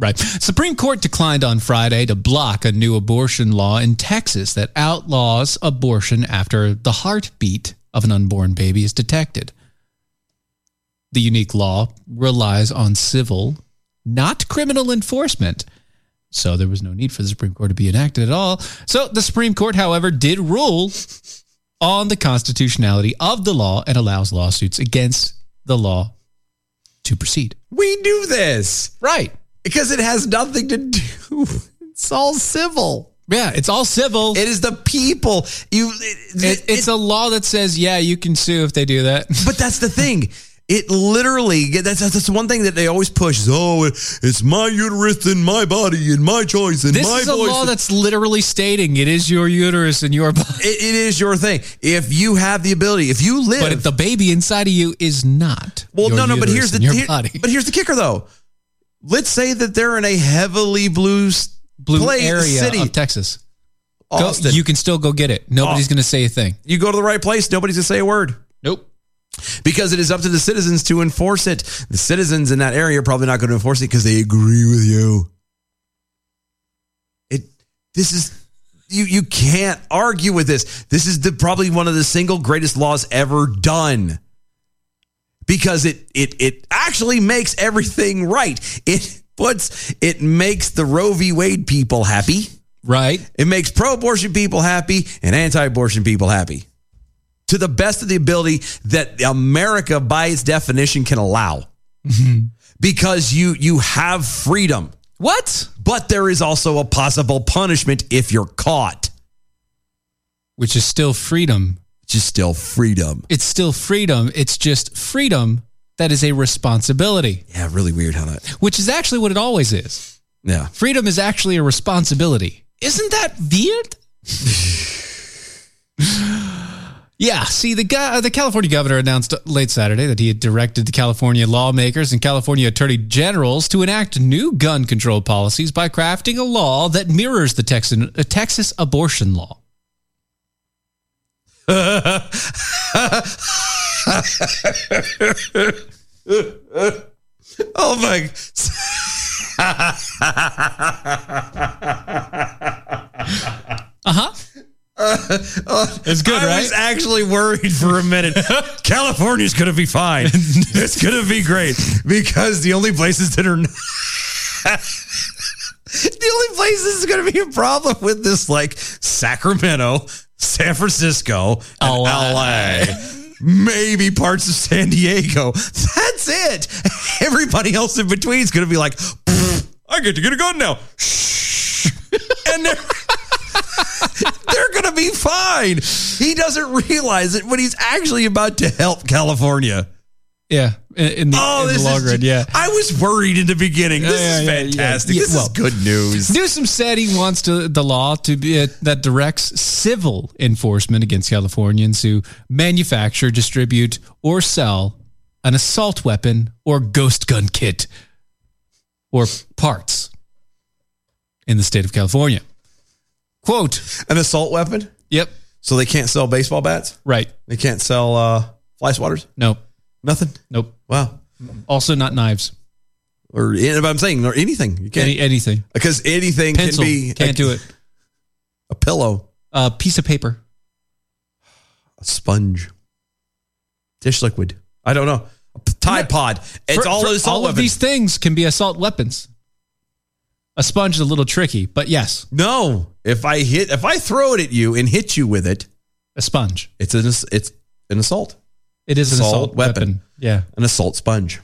Right. Supreme Court declined on Friday to block a new abortion law in Texas that outlaws abortion after the heartbeat of an unborn baby is detected. The unique law relies on civil, not criminal enforcement. So there was no need for the Supreme Court to be enacted at all. So the Supreme Court, however, did rule on the constitutionality of the law and allows lawsuits against the law to proceed.
We do this
Right.
because it has nothing to do. It's all civil.
Yeah, it's all civil.
It is the people. You.
It, it's a law that says, yeah, you can sue if they do that.
But that's the thing. It literally that's that's the one thing that they always push is oh it, it's my uterus and my body and my choice and
This
my
is a
voice.
law that's literally stating it is your uterus and your body,
it, it is your thing. If you have the ability, if you live,
but if the baby inside of you is not.
well,
your
no, no. But
uterus
here's the
and your
here-
body.
but here's the kicker though. Let's say that they're in a heavily blue s-
blue
place,
area
city,
of Texas. Go-
Austin. Oh.
you can still go get it. Nobody's
Austin.
going to say a thing.
you go to the right place, nobody's gonna say a word.
Nope.
because it is up to the citizens to enforce it. The citizens in that area are probably not going to enforce it because they agree with you. It this is you you can't argue with this. This is the probably one of the single greatest laws ever done. Because it it it actually makes everything right. It puts it makes the Roe v. Wade people happy.
Right.
It makes pro abortion people happy and anti abortion people happy to the best of the ability that America, by its definition, can allow. Because you you have freedom,
What?
but there is also a possible punishment if you're caught,
Which is still freedom.
which is still freedom.
It's still freedom. It's just freedom that is a responsibility,
Yeah, really weird how that.
which is actually what it always is.
Yeah,
Freedom is actually a responsibility. Isn't that weird? yeah. See, the guy, the California governor announced late Saturday that he had directed the California lawmakers and California attorney generals to enact new gun control policies by crafting a law that mirrors the Texan, uh, Texas abortion law.
Oh my!
Uh huh. it's good,
uh, I was actually worried for a minute. California's gonna be fine. it's gonna be great because the only places that are not the only places is gonna be a problem with this, like Sacramento, San Francisco, and
LA.
LA. Maybe parts of San Diego. That's it. Everybody else in between is gonna be like, "Pfft, I get to get a gun now. Shh. and they're they're going to be fine. He doesn't realize it when he's actually about to help California.
Yeah. In, in the,
Oh,
in
this
the long
is
run, yeah.
I was worried in the beginning.
Yeah,
this
yeah,
is
yeah, yeah.
fantastic.
Yeah,
this
well-
is good news.
Newsom said he wants to, the law to be uh, that directs civil enforcement against Californians who manufacture, distribute, or sell an assault weapon or ghost gun kit or parts in the state of California. Quote.
An assault weapon?
Yep.
So they can't sell baseball bats?
Right.
They can't sell uh, fly swatters?
Nope.
Nothing?
Nope.
Wow.
Also, not knives.
Or but I'm saying, or anything. You
Any,
can't.
anything.
Because anything
Pencil.
can be
Can't
a,
do it.
a pillow,
A piece of paper.
a sponge, dish liquid. I don't know. A p- Tide Pod. It's
For-
all
for
an assault
all
weapon.
of these things can be assault weapons. A sponge is a little tricky, but yes,
No, if I hit, if I throw it at you and hit you with it,
a sponge.
it's an it's an assault,
It is an
Assault
assault weapon.
weapon.
Yeah.
an assault sponge.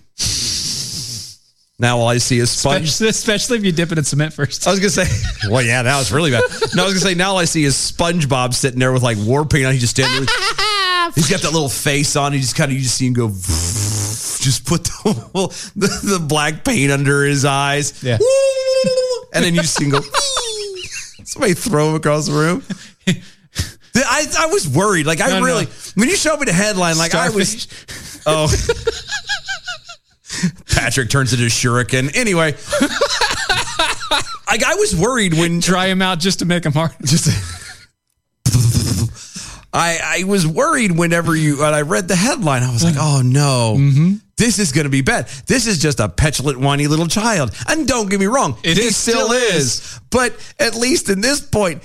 Now all I see is sponge. Uh,
Especially, especially if you dip it in cement first.
I was gonna say, well, yeah, that was really bad. No, I was gonna say, now all I see is SpongeBob sitting there with like war paint on. He just standing. there. He's got that little face on. He just kind of you just see him go. Just put the, well, the the black paint under his eyes.
Yeah.
And then you just see him go. Somebody throw him across the room. I, I was worried. Like I
No, no.
really when you showed me the headline, like I was. Oh. Patrick turns into shuriken. Anyway, like I was worried when
dry him out just to make him hard.
Just I I was worried whenever you when I read the headline. I was like, oh no.
Mm-hmm.
This is going to be bad. This is just a petulant, whiny little child. And don't get me wrong,
It
this
is-
still
still
is. But at least in this point,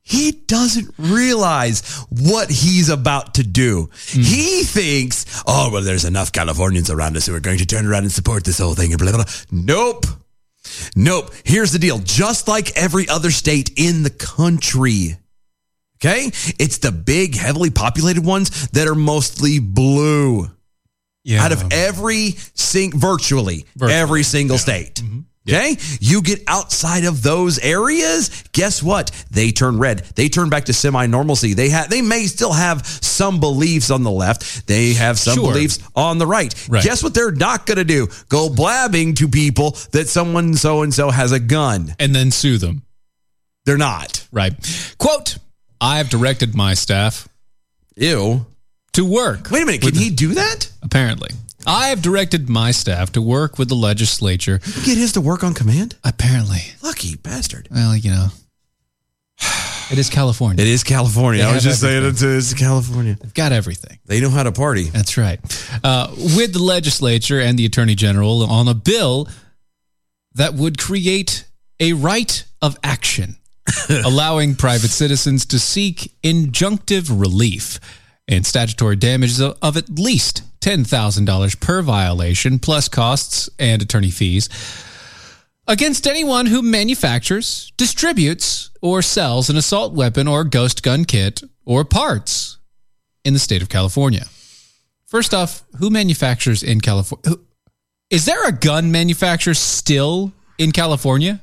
he doesn't realize what he's about to do.
Mm.
He thinks, oh, well, there's enough Californians around us who are going to turn around and support this whole thing and blah, blah, blah. Nope. Nope. Here's the deal. Just like every other state in the country, okay? It's the big, heavily populated ones that are mostly blue.
Yeah.
Out of every sing virtually, every single state.
Mm-hmm.
Okay? You get outside of those areas, guess what? They turn red. They turn back to semi-normalcy. They have they may still have some beliefs on the left. They have some
Sure.
beliefs on the right.
Right.
Guess what they're not going to do? Go blabbing to people that someone so and so has a gun.
And then sue them.
They're not.
Right. Quote I've directed my staff.
Ew.
To work.
Wait a minute. Can he do that?
Apparently. I've directed my staff to work with the legislature.
Get his to work on command?
Apparently.
Lucky bastard.
Well, you know, it is California.
It is California.
They
I was
have
just saying it is California.
They've got everything.
They know how to party.
That's right. Uh, with the legislature and the attorney general on a bill that would create a right of action, allowing private citizens to seek injunctive relief and statutory damages of, of at least $10,000 per violation, plus costs and attorney fees, against anyone who manufactures, distributes, or sells an assault weapon or ghost gun kit or parts in the state of California. First off, who manufactures in California? Is there a gun manufacturer still in California?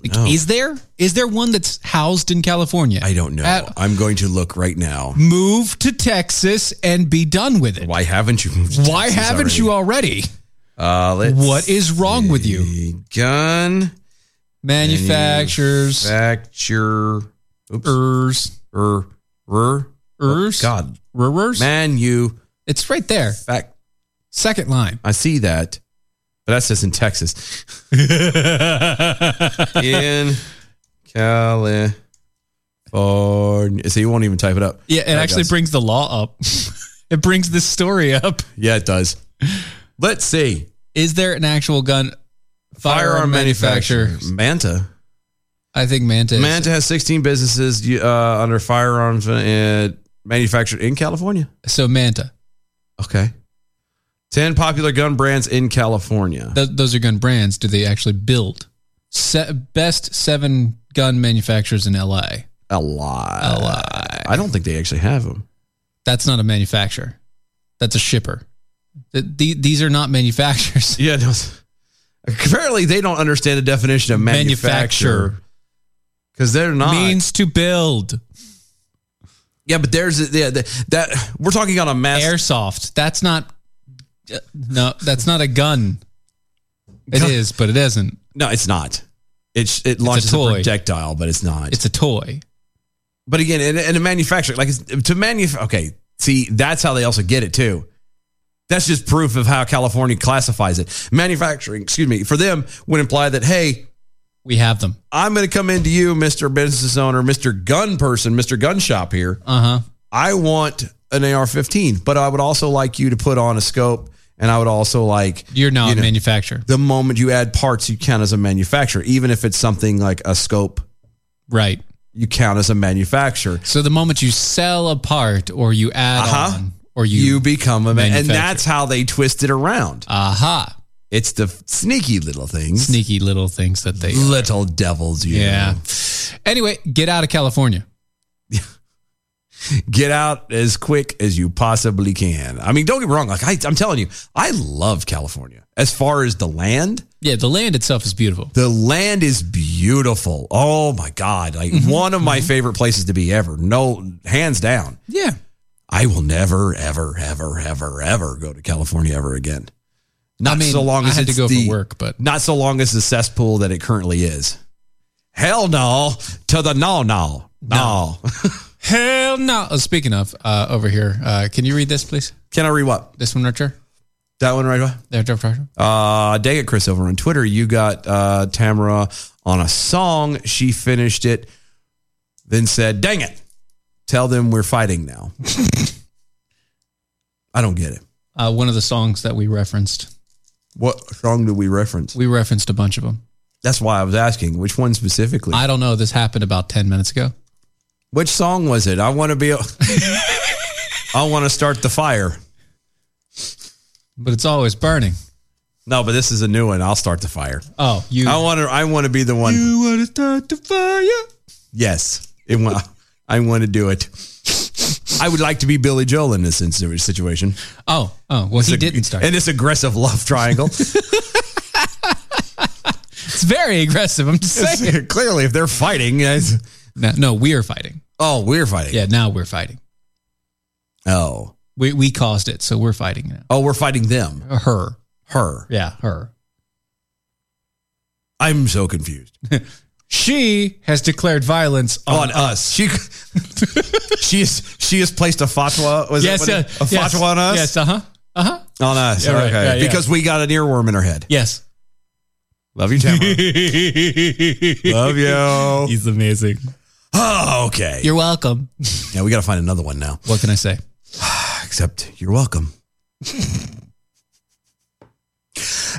Like,
know.
Is there? Is there one that's housed in California?
I don't know.
At-
I'm going to look right now.
move to Texas and be done with it.
Why haven't you?
Why haven't you already?
Uh, let's
What is wrong with you?
see. Gun
Manufacturers,
manufacturer. Oops.
ers,
Er, er,
ers,
God.
rers.
Manu.
It's right there.
Fact.
Second line.
I see that, but that's just in Texas. in California. So you won't even type it up.
Yeah, it
There
actually
goes.
brings the law up. it brings this story up.
Yeah, it does. Let's see.
Is there an actual gun
Firearm manufacturer Manta.
I think Manta. is-
Manta has 16 businesses uh, under firearms and manufactured in California.
So Manta.
Okay. 10 popular gun brands in California.
Th- those are gun brands. Do they actually build? Se- best seven gun manufacturers in LA.
A lot. I don't think they actually have them.
That's not a manufacturer. That's a shipper. Th- the- these are not manufacturers.
Yeah, no. Apparently, they don't understand the definition of manufacturer
Manufacturer
because they're not.
means to build.
yeah, but there's a- yeah, that, that we're talking on a mass.
Airsoft. That's not. uh, No, that's not a gun. It is, but it isn't.
no, it's not. It's it launches a,
toy.
projectile, but it's not.
It's a toy.
but again, in, in a manufacturer, like it's, to manufacture. Okay, see, that's how they also get it too. That's just proof of how California classifies it. Manufacturing, excuse me, for them would imply that hey,
We have them.
I'm going to come into you, Mister Business Owner, Mister Gun Person, Mister Gun Shop here.
Uh huh.
I want an AR-15, but I would also like you to put on a scope, and I would also like
You're not
You know,
a manufacturer.
the moment you add parts, you count as a manufacturer, even if it's something like a scope.
Right.
You count as a manufacturer.
So the moment you sell a part or you add
Uh-huh.
on or you,
You, become a man, and
manufacturer.
that's how they twist it around.
aha,
It's the sneaky little things,
sneaky little things that
Mm-hmm.
they
little devils. You
yeah. Anyway, get out of California.
Get out as quick as you possibly can. I mean, don't get me wrong. Like I, I'm telling you, I love California as far as the land.
Yeah, the land itself is beautiful.
The land is beautiful. Oh my god, like
Mm-hmm.
one of my favorite places to be ever. No, hands down.
Yeah.
I will never, ever, ever, ever, ever go to California ever again. Not
I mean,
so long
I
as
had to
it's
go for
the,
work, but
not so long as the cesspool that it currently is. Hell no to the no no no.
Hell no. Oh, speaking of, uh, over here, uh, can you read this, please?
Can I read what?
This one right here?
That one right away.
There, Jeff Roger?
Uh, dang it, Chris, over on Twitter, you got uh, Tamara on a song. She finished it, then said, "Dang it! Tell them we're fighting now." I don't get it.
Uh, one of the songs that we referenced.
What song did we reference?
We referenced a bunch of them.
That's why I was asking which one specifically.
I don't know. This happened about 10 minutes ago.
Which song was it? I want to be. a- I want to start the fire.
But it's always burning.
No, but this is a new one. I'll start the fire.
Oh, you.
I want to. I want to be the one.
You want to start the fire?
Yes, it wa- I want to do it. I would like to be Billy Joel in this insi- situation.
Oh, oh, well, he didn't start.
And this aggressive love triangle.
It's very aggressive. I'm just saying.
Clearly, if they're fighting, guys.
No, no, we are fighting.
Oh, we're fighting.
Yeah, now we're fighting.
Oh.
We, we caused it, so we're fighting now.
Oh, we're fighting them.
Her.
Her.
Yeah, her.
I'm so confused.
She has declared violence on,
On us. She she is she has placed a fatwa. Was
yes,
it, what it-
uh,
a
yes,
fatwa on us?
Yes, uh huh. Uh huh.
On us.
Yeah, right.
okay.
Yeah, yeah.
Because we got an earworm in her head.
Yes.
Love you, Tamara. Love you.
He's amazing.
Oh, okay.
You're welcome.
yeah, we got to find another one now.
What can I say?
Except you're welcome.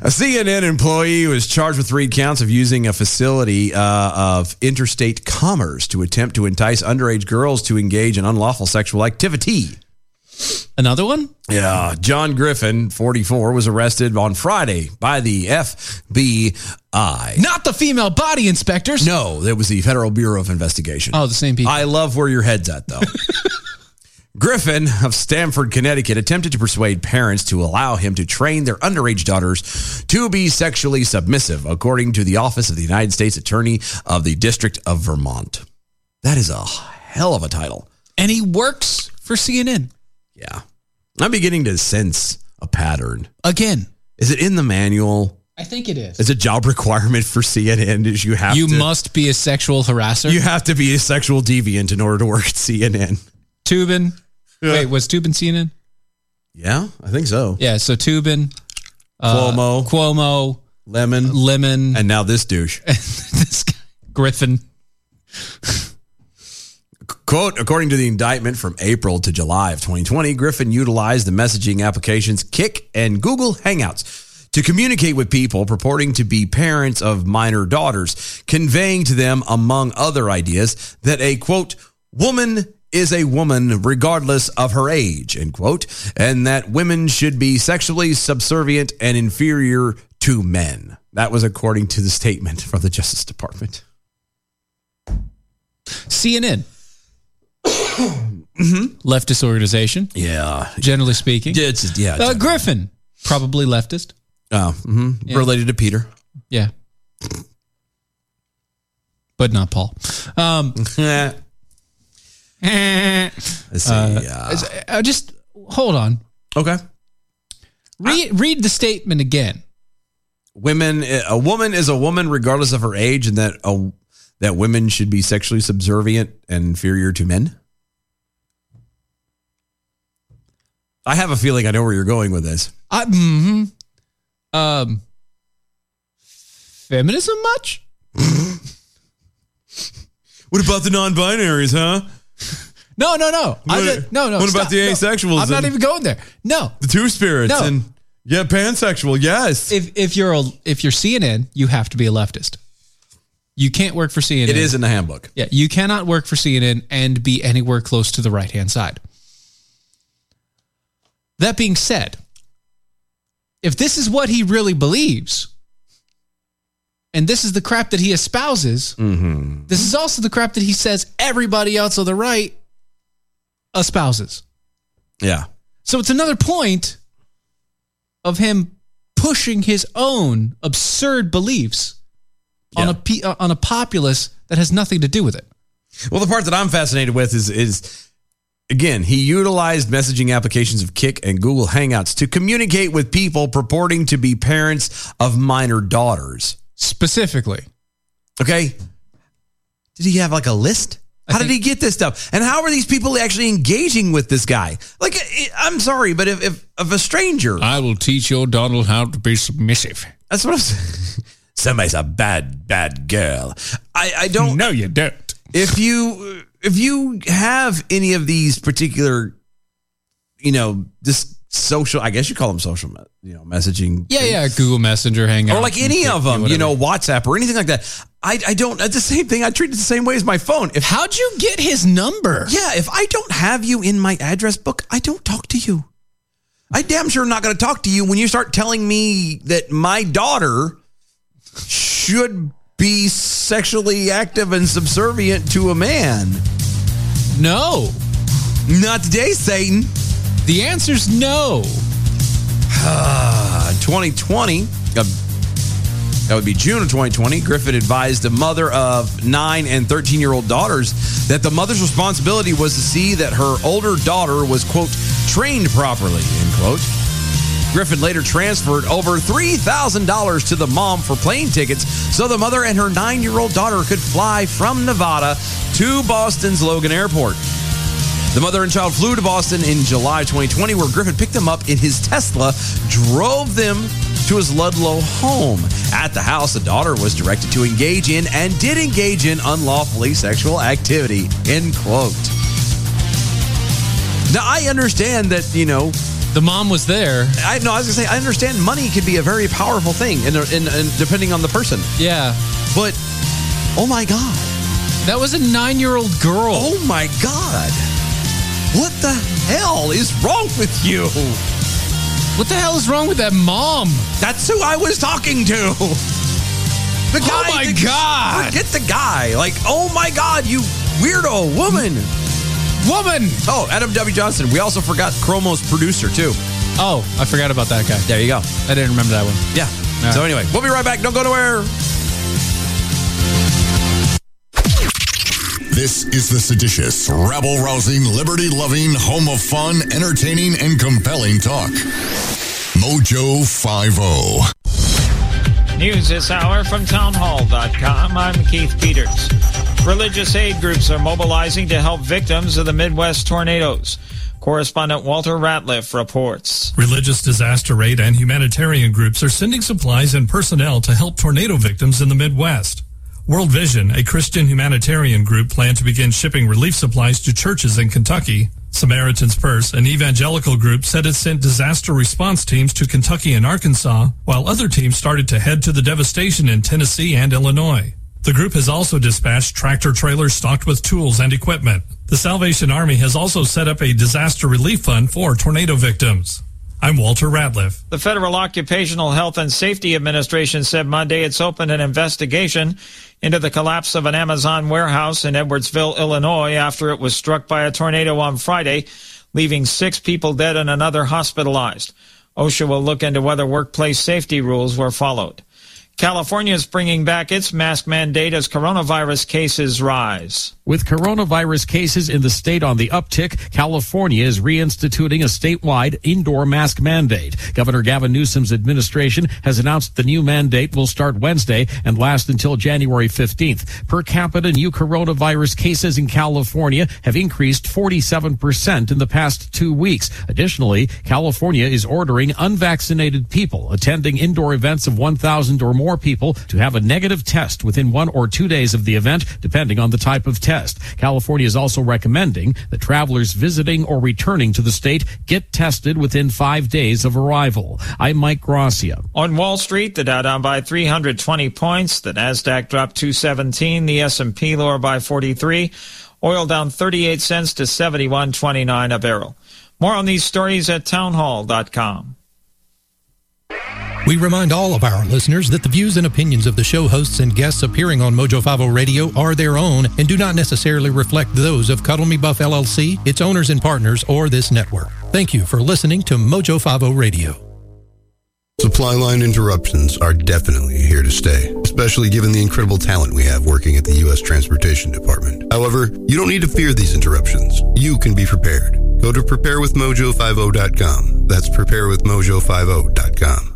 A CNN employee was charged with three counts of using a facility uh, of interstate commerce to attempt to entice underage girls to engage in unlawful sexual activity.
Another one?
Yeah, John Griffin, 44, was arrested on Friday by the FBI.
Not the female body inspectors.
No, that was the Federal Bureau of Investigation.
Oh, the same people.
I love where your head's at, though. Griffin of Stamford, Connecticut, attempted to persuade parents to allow him to train their underage daughters to be sexually submissive, according to the Office of the United States Attorney of the District of Vermont. That is a hell of a title.
and he works for CNN
Yeah. I'm beginning to sense a pattern.
again.
Is it in the manual?
I think it is.
Is a job requirement for CNN is you have
You
to,
must be a sexual harasser.
you have to be a sexual deviant in order to work at CNN.
Tubin. Wait, was Tubin CNN?
Yeah, I think so.
Yeah, so Tubin, uh,
Cuomo.
Cuomo,
Lemon.
Uh, Lemon,
And now this douche.
this guy, Griffin.
Quote, according to the indictment from April to July of 2020, Griffin utilized the messaging applications Kick and Google Hangouts to communicate with people purporting to be parents of minor daughters, conveying to them, among other ideas, that a quote, woman is a woman regardless of her age, end quote, and that women should be sexually subservient and inferior to men. That was according to the statement from the Justice Department.
CNN. Mm-hmm. Leftist organization,
Yeah.
generally speaking.
It's, just- yeah.
Uh, Griffin, probably leftist.
Oh, mhm.
Yeah.
related to Peter.
Yeah. But not Paul. Um,
Let's see.
Uh,
uh,
I- I just hold on.
okay.
Read, read the statement again.
Women, a woman is a woman regardless of her age, and that a, that women should be sexually subservient and inferior to men. I have a feeling I know where you're going with this.
I, mhm. um, feminism much?
What about the non-binaries, huh?
No, no, no. I
What-
did- no, no.
what about
stop.
the
No.
asexuals
I'm not
and-
even going there. No.
The two spirits
No. and-
yeah, pansexual. Yes,
If if you're a, if you're CNN, you have to be a leftist. You can't work for CNN.
it is in the handbook.
Yeah, you cannot work for CNN and be anywhere close to the right hand side. That being said, if this is what he really believes, and this is the crap that he
Mm-hmm.
espouses, this is also the crap that he says everybody else on the right espouses.
Yeah.
So it's another point of him pushing his own absurd beliefs on a pe- uh, on a populace that has nothing to do with it.
Well, the part that I'm fascinated with is is again he utilized messaging applications of Kick and Google Hangouts to communicate with people purporting to be parents of minor daughters
specifically.
Okay, did he have like a list? How did he get this stuff? And how are these people actually engaging with this guy? Like, I- I'm sorry, but if if, if a stranger,
I will teach your Donald how to be submissive.
That's what I'm saying. Somebody's a bad, bad girl. I, I don't.
No, you don't.
If you if you have any of these particular, you know, this social, I guess you call them social, me- you know, messaging
Yeah, yeah. Google Messenger, Hangout,
or like any of them, you know, WhatsApp or anything like that. I, I don't. It's the same thing. I treat it the same way as my phone. If
how'd you get his number?
Yeah, if I don't have you in my address book, I don't talk to you. I damn sure am not going to talk to you when you start telling me that my daughter should be sexually active and subservient to a man.
No,
not today, Satan.
The answer's no.
2020. uh, that would be June of 2020. Griffin advised the mother of nine and 13 year old daughters that the mother's responsibility was to see that her older daughter was, quote, trained properly, end quote. Griffin later transferred over $3,000 to the mom for plane tickets so the mother and her nine year old daughter could fly from Nevada to Boston's Logan Airport. The mother and child flew to Boston in July 2020, where Griffin picked them up in his Tesla, drove them to his Ludlow home. At the house, the daughter was directed to engage in and did engage in unlawfully sexual activity. End quote. Now I understand that you know
the mom was there.
I no, I was gonna say I understand money can be a very powerful thing, and in, in, depending on the person.
Yeah,
but oh my god,
that was a nine-year-old girl.
Oh my god, what the hell is wrong with you?
What the hell is wrong with that mom?
That's who I was talking to. The guy,
oh my
the-
god!
Forget the guy. Like, oh my god, you weirdo woman.
Woman.
Oh, Adam W. Johnson. We also forgot Chromo's producer too.
Oh, I forgot about that guy.
There you go.
I didn't remember that one.
Yeah.
All
so
right.
anyway, we'll be right back. Don't go nowhere.
This is the seditious, rabble rousing, liberty loving, home of fun, entertaining, and compelling talk. Mojo 50.
News this hour from townhall.com. I'm Keith Peters. Religious aid groups are mobilizing to help victims of the Midwest tornadoes. Correspondent Walter Ratliff reports.
Religious disaster aid and humanitarian groups are sending supplies and personnel to help tornado victims in the Midwest. World Vision, a Christian humanitarian group, planned to begin shipping relief supplies to churches in Kentucky. Samaritan's Purse, an evangelical group, said it sent disaster response teams to Kentucky and Arkansas, while other teams started to head to the devastation in Tennessee and Illinois. The group has also dispatched tractor trailers stocked with tools and equipment. The Salvation Army has also set up a disaster relief fund for tornado victims. I'm Walter Ratliff.
The Federal Occupational Health and Safety Administration said Monday it's opened an investigation into the collapse of an Amazon warehouse in Edwardsville, Illinois, after it was struck by a tornado on Friday, leaving six people dead and another hospitalized. OSHA will look into whether workplace safety rules were followed. California is bringing back its mask mandate as coronavirus cases rise.
With coronavirus cases in the state on the uptick, California is reinstituting a statewide indoor mask mandate. Governor Gavin Newsom's administration has announced the new mandate will start Wednesday and last until January 15th. Per capita, new coronavirus cases in California have increased 47% in the past two weeks. Additionally, California is ordering unvaccinated people attending indoor events of 1,000 or more people to have a negative test within one or two days of the event, depending on the type of test. California is also recommending that travelers visiting or returning to the state get tested within five days of arrival. I'm Mike Gracia.
On Wall Street, the Dow down by 320 points, the Nasdaq dropped 217, the S&P lower by 43, oil down 38 cents to 71.29 a barrel. More on these stories at townhall.com.
We remind all of our listeners that the views and opinions of the show hosts and guests appearing on Mojo 50 Radio are their own and do not necessarily reflect those of Cuddle Me Buff LLC, its owners and partners, or this network. Thank you for listening to Mojo 50 Radio.
Supply line interruptions are definitely here to stay, especially given the incredible talent we have working at the U.S. Transportation Department. However, you don't need to fear these interruptions. You can be prepared. Go to preparewithmojo50.com. That's preparewithmojo50.com.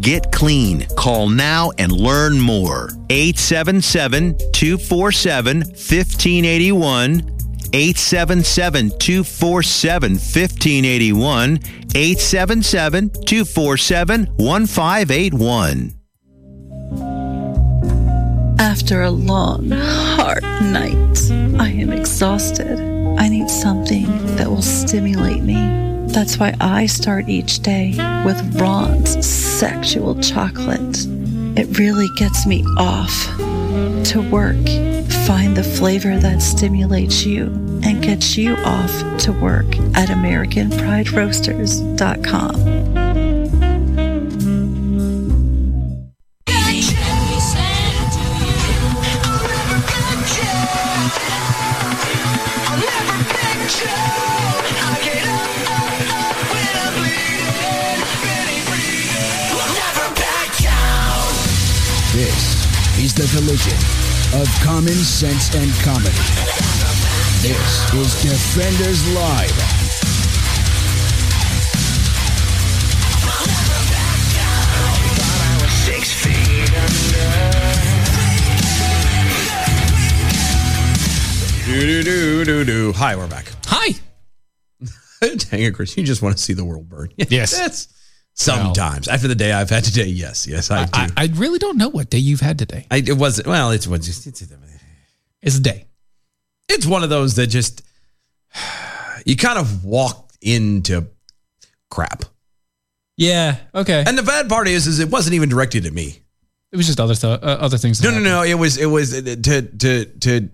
Get clean. Call now and learn more. 877 247 1581. 877 247 1581. 877 247 1581.
After a long, hard night, I am exhausted. I need something that will stimulate me. That's why I start each day with Ron's sexual chocolate. It really gets me off to work. Find the flavor that stimulates you and gets you off to work at AmericanPrideRoasters.com.
This is the collision of common sense and comedy. This is Defenders Live.
Do, do, do, do, do. Hi, we're back.
Hi.
Dang it, Chris. You just want to see the world burn.
Yes.
That's sometimes. After the day I've had today, yes. Yes, I do.
I, I really don't know what day you've had today.
I, it wasn't. Well, it was just. It's,
it's a day.
It's one of those that just you kind of walk into crap.
Yeah. Okay.
And the bad part is, is it wasn't even directed at me.
It was just other th- uh, other things.
No, no, no. It was it was uh, to to to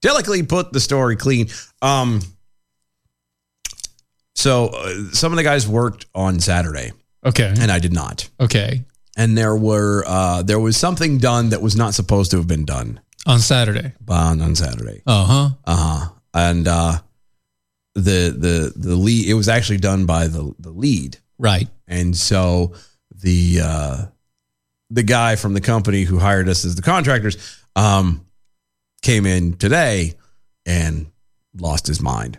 delicately put the story clean. Um. So uh, some of the guys worked on Saturday.
Okay.
And I did not.
Okay.
And there were uh there was something done that was not supposed to have been done
On Saturday.
on on Saturday.
Uh huh.
Uh huh. And uh, the the the lead. It was actually done by the the lead,
right?
And so the uh, the guy from the company who hired us as the contractors um, came in today and lost his mind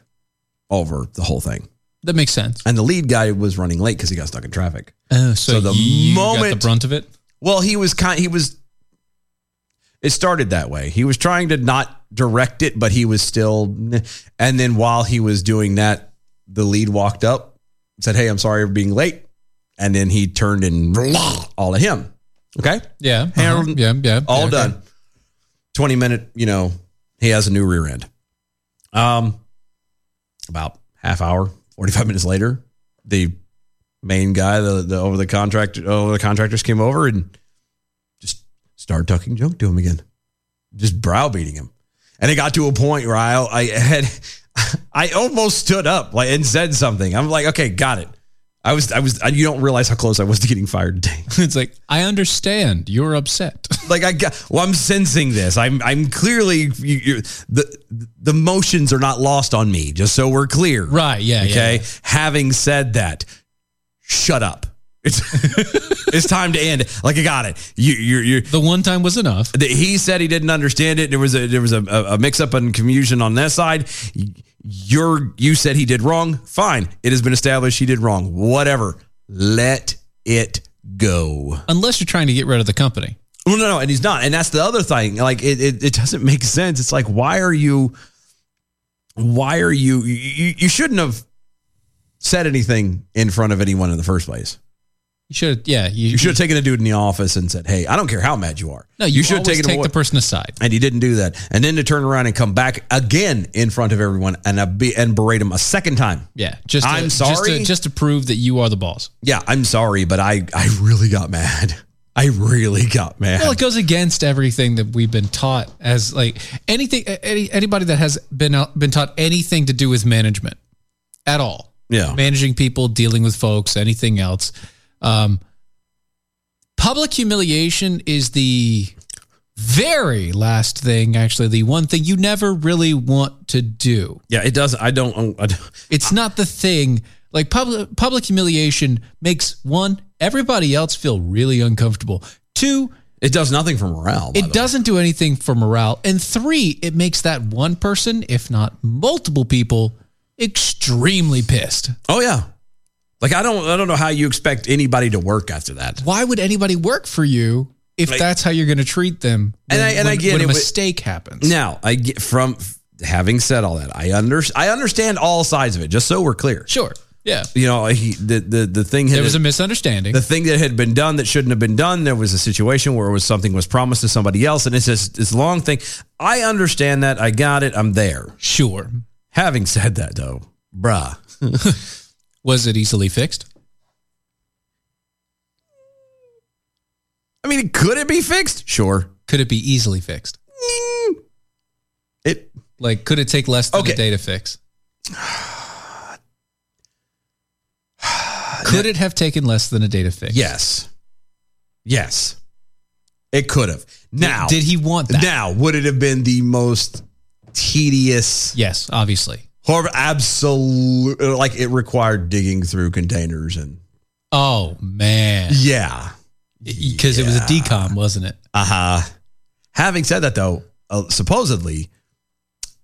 over the whole thing.
That makes sense.
And the lead guy was running late because he got stuck in traffic.
Oh, so,
So the
you got
moment-
the brunt of it.
Well, he was kind. He was. It started that way. He was trying to not direct it, but he was still. And then while he was doing that, the lead walked up, said, "Hey, I'm sorry for being late," and then he turned and all of him. Okay,
Yeah. uh-huh.
Harold-
Yeah. Yeah.
all
yeah, okay.
done. Twenty minute. You know, he has a new rear end. Um, about half hour, forty five minutes later, the main guy, the, the over the contract over the contractors came over and started talking junk to him again, just browbeating him. And it got to a point where I, I had, I almost stood up like and said something. I'm like, okay, got it. I was, I was, I, you don't realize how close I was to getting fired today.
it's like I understand you're upset.
like I got, well, I'm sensing this. I'm, I'm clearly you, you, the, the motions are not lost on me. Just so we're clear,
Right, yeah, yeah,
Okay. Having said that, shut up. It's it's time to end. it. Like I got it. You you you.
The one time was enough.
He said he didn't understand it. There was a there was a, a mix up and confusion on that side. You're you said he did wrong. Fine. It has been established he did wrong. Whatever. Let it go.
Unless you're trying to get rid of the company.
Well, no, no, and he's not. And that's the other thing. Like it, it, it doesn't make sense. It's like why are you, why are you, you, you shouldn't have said anything in front of anyone in the first place.
You should, yeah, you,
should have taken a dude in the office and said, "Hey, I don't care how mad you are.
No, you always take the person aside."
And he didn't do that. And then to turn around and come back again in front of everyone and uh, be, and berate him a second time.
Yeah, just to-
I'm
just
sorry.
to- just to prove that you are the boss.
Yeah, I'm sorry, but I I really got mad. I really got mad.
Well, it goes against everything that we've been taught as like anything any anybody that has been out, been taught anything to do with management at all.
Yeah.
Managing people, dealing with folks, anything else. Um public humiliation is the very last thing actually the one thing you never really want to do.
Yeah, it does. I don't. I don't
it's not the thing. Like public public humiliation makes one everybody else feel really uncomfortable. Two,
it does nothing for morale.
It doesn't do anything for morale. And three, it makes that one person, if not multiple people, extremely pissed.
Oh yeah. Like I don't I don't know how you expect anybody to work after that.
Why would anybody work for you if
Like-
that's how you're going to treat them?
And I- and I get
when
it
a
with-
mistake happens.
Now, I get from having said all that, I under I understand all sides of it. Just so we're clear,
Sure. Yeah.
you know, he, the the the thing had,
There was a misunderstanding.
the thing that had been done that shouldn't have been done. There was a situation where it was something was promised to somebody else, and it's just this long thing. I understand that. I got it. I'm there.
Sure.
Having said that, though, bruh,
was it easily fixed?
I mean, could it be fixed? Sure.
Could it be easily fixed?
It
like could it take less than a day to fix? could it have taken less than a day to fix?
Yes. Yes. It could have. Now,
did he want that?
Now, would it have been the most tedious?
Yes, obviously.
Horrible, absolute. Like it required digging through containers and.
Oh man.
Yeah.
Because it was a decom, wasn't it?
Uh huh. Having said that, though, uh, supposedly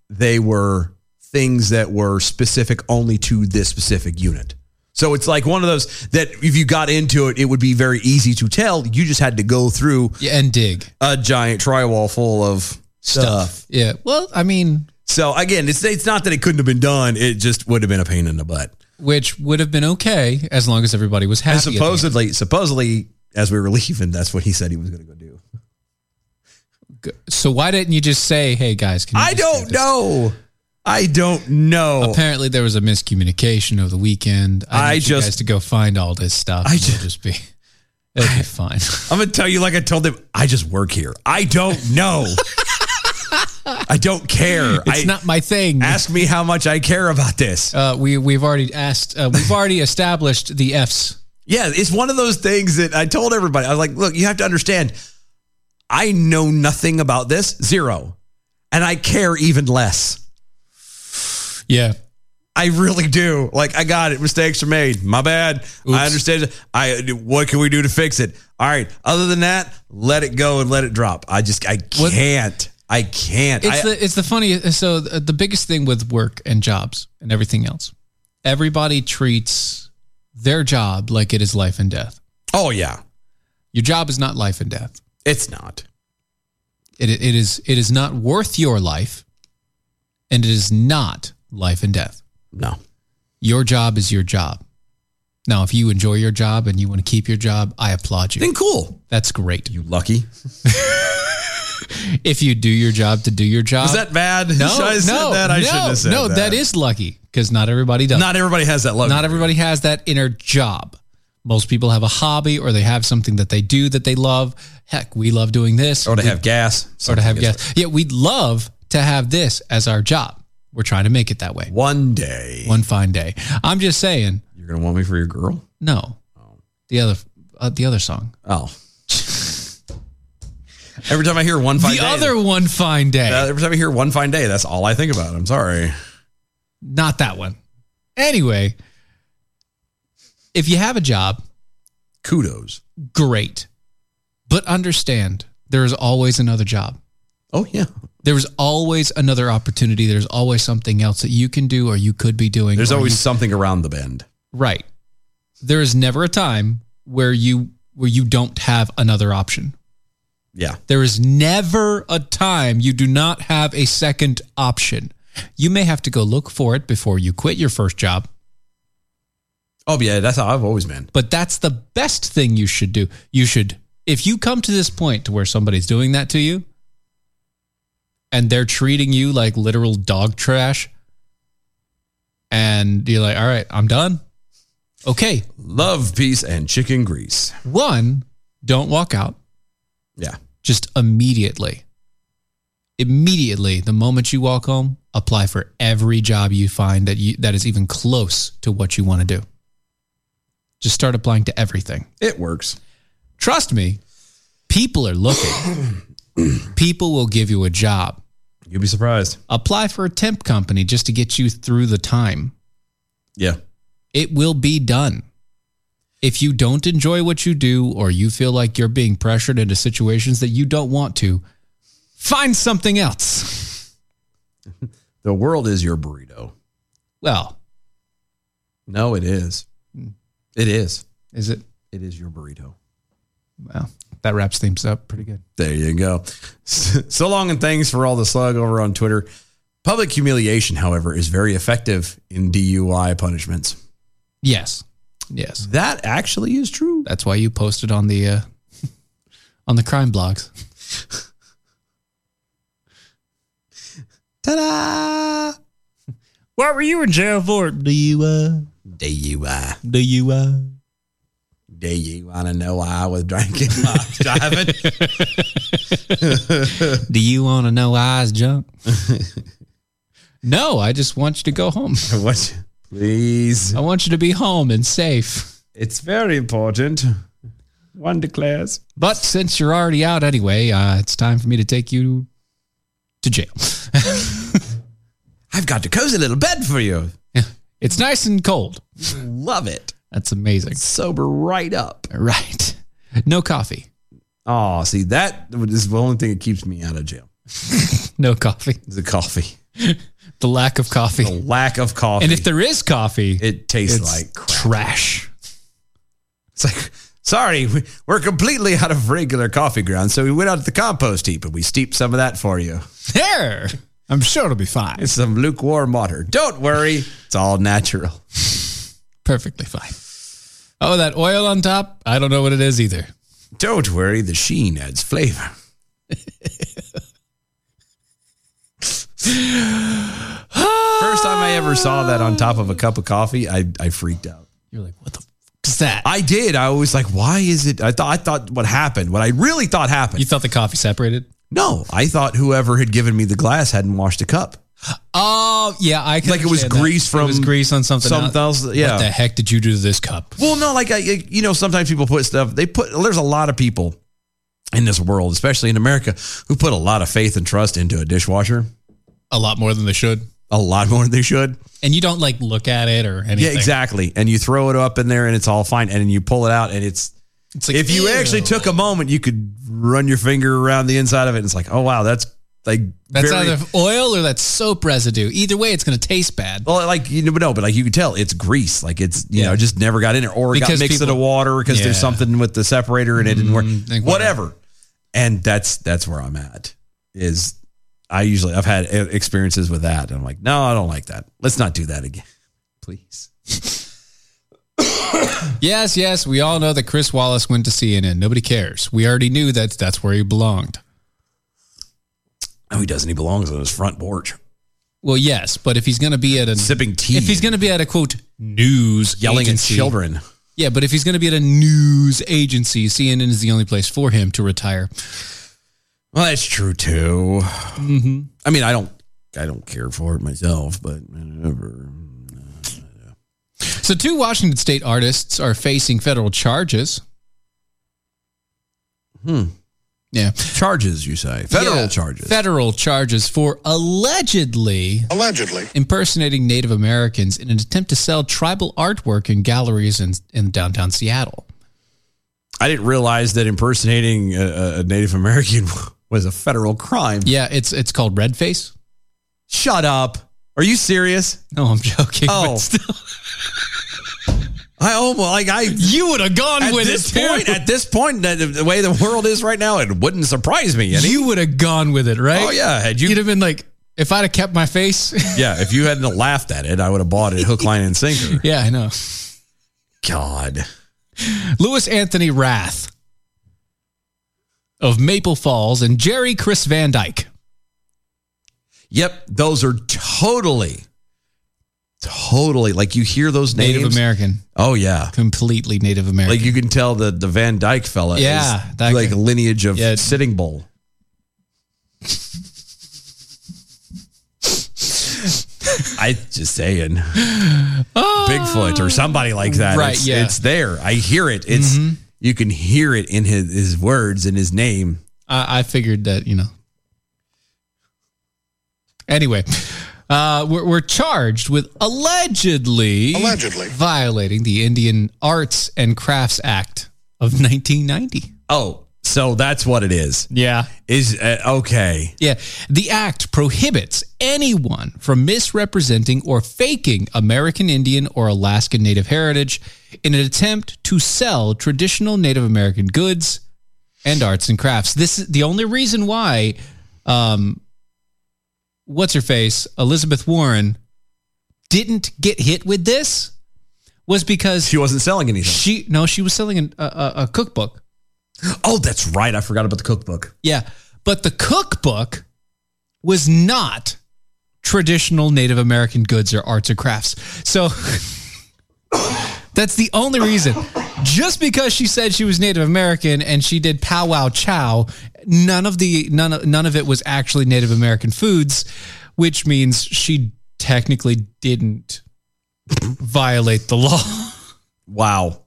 they were things that were specific only to this specific unit. So it's like one of those that if you got into it, it would be very easy to tell. You just had to go through
yeah, and dig
a giant drywall full of stuff.
Yeah. Well, I mean,
So again, it's it's not that it couldn't have been done. It just would have been a pain in the butt.
which would have been okay as long as everybody was happy.
And
at the end.
supposedly, supposedly, as we were leaving, that's what he said he was going to go do.
So why didn't you just say, "Hey guys"? Can you
I
just
don't
this?"
know. I don't know.
Apparently, there was a miscommunication over the weekend. I,
I
need you
just-
guys to go find all this stuff. I just, just be. It'll be fine.
I'm going to tell you like I told them. I just work here. I don't know. I don't care. I,
It's not my thing.
Ask me how much I care about this.
Uh, we we've already asked. Uh, we've already established the Fs.
Yeah, it's one of those things that I told everybody. I was like, look, you have to understand, I know nothing about this, zero. And I care even less.
Yeah.
I really do. Like, I got it. Mistakes are made. My bad. I understand. I what can we do to fix it? All right. Other than that, let it go and let it drop. I just I can't. I can't.
It's
I-
the it's the funny. So the, the biggest thing with work and jobs and everything else, everybody treats their job like it is life and death.
Oh yeah,
your job is not life and death.
It's not.
It it is it is not worth your life, and it is not life and death.
No,
your job is your job. Now, if you enjoy your job and you want to keep your job, I applaud you.
Then cool.
That's great.
You lucky.
if you do your job to do your job.
Was that bad?
Uh, No,
Should I have said
no,
that? I
no,
shouldn't have said
no,
that.
that is lucky because not everybody does.
Not everybody has that luxury.
Not everybody has that inner job. Most people have a hobby or they have something that they do that they love. Heck, we love doing this.
Or to
We-
have gas.
Or to have
Something is
gas. Yeah, we'd love to have this as our job. We're trying to make it that way.
One day.
One fine day. I'm just saying,
You're gonna want me for your girl?
no. The other uh, the other song.
Oh. Every time I hear one fine
The
day,
other one fine day.
Uh, every time I hear one fine day, that's all I think about. I'm sorry.
Not that one. Anyway, if you have a job,
kudos.
Great. But understand there is always another job.
Oh, yeah.
There's always another opportunity. There's always something else that you can do or you could be doing.
There's
or
always
you-
something around the bend.
Right. There is never a time where you where you don't have another option.
Yeah.
There is never a time you do not have a second option. You may have to go look for it before you quit your first job.
Oh yeah, that's how I've always been.
But that's the best thing you should do. You should if you come to this point to where somebody's doing that to you and they're treating you like literal dog trash and you're like, "All right, I'm done." Okay.
Love, peace and chicken grease.
One, don't walk out.
Yeah.
Just immediately. Immediately, the moment you walk home, apply for every job you find that you that is even close to what you want to do. Just start applying to everything.
It works.
Trust me, people are looking. people will give you a job.
You'll be surprised.
Apply for a temp company just to get you through the time.
Yeah.
It will be done. If you don't enjoy what you do or you feel like you're being pressured into situations that you don't want to, find something else.
The world is your burrito.
Well,
No, it is. It is.
Is it?
It is your burrito.
well, that wraps things up pretty good.
There you go. So long and thanks for all the slug over on Twitter. Public humiliation, however, is very effective in DUI punishments.
Yes. Yes.
That actually is true.
That's why you posted on the uh on the crime blogs.
Ta-da!
What were you in jail for? DUI.
DUI.
DUI.
Do you want to know why I was drinking while I was driving?
Do you want to know why I was junk? no, I just want you to go home.
I want you, please.
I want you to be home and safe.
It's very important. One declares.
But since you're already out anyway, uh, it's time for me to take you to jail.
I've got a cozy little bed for you.
It's nice and cold.
Love it.
That's amazing.
Sober right up.
Right. No coffee.
Oh, see, that is the only thing that keeps me out of jail
No coffee.
is the coffee.
The lack of coffee.
The lack of coffee.
And if there is coffee,
it tastes
it's
like crap.
trash.
It's like, sorry, we- we're completely out of regular coffee grounds, so we went out to the compost heap and we steeped some of that for you.
There. I'm sure it'll be fine.
It's some lukewarm water. Don't worry, it's all natural.
Perfectly fine. Oh, that oil on top? I don't know what it is either.
Don't worry, the sheen adds flavor. First time I ever saw that on top of a cup of coffee, I, I freaked out.
You're like, what the fuck is that?
I did. I was like, why is it? I thought I thought what happened, what I really thought happened.
You thought the coffee separated?
no, I thought whoever had given me the glass hadn't washed the cup.
Oh, yeah. I can
Like it was
understand that.
grease
It
from
was grease on something,
something else, yeah.
What the heck did you do to this cup?
Well, no, like I, you know, sometimes people put stuff. They put. There's a lot of people in this world, especially in America, who put a lot of faith and trust into a dishwasher.
A lot more than they should.
A lot more than they should.
And you don't like look at it or anything.
Yeah, exactly. And you throw it up in there, and it's all fine. And then you pull it out, and it's.
It's like,
if you
ew.
actually took a moment, you could run your finger around the inside of it. And it's like, oh wow, that's like
That's
very,
either oil or that's soap residue. Either way, it's going to taste bad.
Well, like you know, but no, but like you could tell it's grease. Like it's you know, it just never got in there, or it got
Because
mixed into
people-
water because there's
Yeah. Mm,
something with the separator and it didn't work.
like
whatever. And that's that's where I'm at. Is I usually I've had e- experiences with that, and I'm like, no, I don't like that. Let's not do that again, please.
Yes, yes, we all know that Chris Wallace went to CNN. Nobody cares. We already knew that that's where he belonged.
No, Oh, he doesn't. He belongs on his front porch,
Well, yes, but if he's going to be at a
sipping tea,
if he's going to be at a quote news
yelling
agency-
at children.
yeah, but if he's going to be at a news agency, CNN is the only place for him to retire.
Well, that's true too.
Mm-hmm.
I mean, I don't, I don't care for it myself, but whatever.
So, two Washington State artists are facing federal charges.
Hmm.
Yeah,
Charges, you say? Federal
Yeah,
charges.
Federal charges for allegedly
Allegedly.
impersonating Native Americans in an attempt to sell tribal artwork in galleries in, in downtown Seattle.
I didn't realize that impersonating a, a Native American was a federal crime.
Yeah, it's it's called Red Face.
Shut up. Are you serious?
No, I'm joking.
Oh.
but still-
I almost like I
you would have gone
at
with
this
it too.
point. At this point, that- the way the world is right now, it wouldn't surprise me. Any.
You would have gone with it, right?
Oh, yeah. Had you-
would have been like, if I'd have kept my face.
yeah, if you hadn't laughed at it, I would have bought it hook, line, and sinker.
yeah, I know.
God,
Louis Anthony Rath of Maple Falls and Jerry Chris Van Dyke.
Yep, those are totally, totally like you hear those names.
Native American.
Oh yeah,
completely Native American.
Like you can tell the the Van Dyke fella. is
Yeah, that
like
guy.
a lineage of Sitting Bull. I just saying, Bigfoot or somebody like that.
Oh. Right,
It's,
yeah. Mm-hmm.
it's there. I hear it. It's you can hear it in his, his words and his name.
I, I figured that, you know. Anyway, uh, we're, we're charged with allegedly, allegedly violating the Indian Arts and Crafts Act of 1990.
Oh, so that's what it is.
Yeah.
Is uh, okay.
Yeah. The act prohibits anyone from misrepresenting or faking American Indian or Alaskan Native heritage in an attempt to sell traditional Native American goods and arts and crafts. This is the only reason why, um, what's her face, Elizabeth Warren, didn't get hit with this was because
she wasn't selling anything.
She no, she was selling an, a, a, a cookbook.
Oh, that's right. I forgot about the cookbook.
Yeah. But the cookbook was not traditional Native American goods or arts or crafts. So that's the only reason. Just because she said she was Native American and she did powwow chow, none of the none of, none of it was actually Native American foods, which means she technically didn't violate the law.
Wow.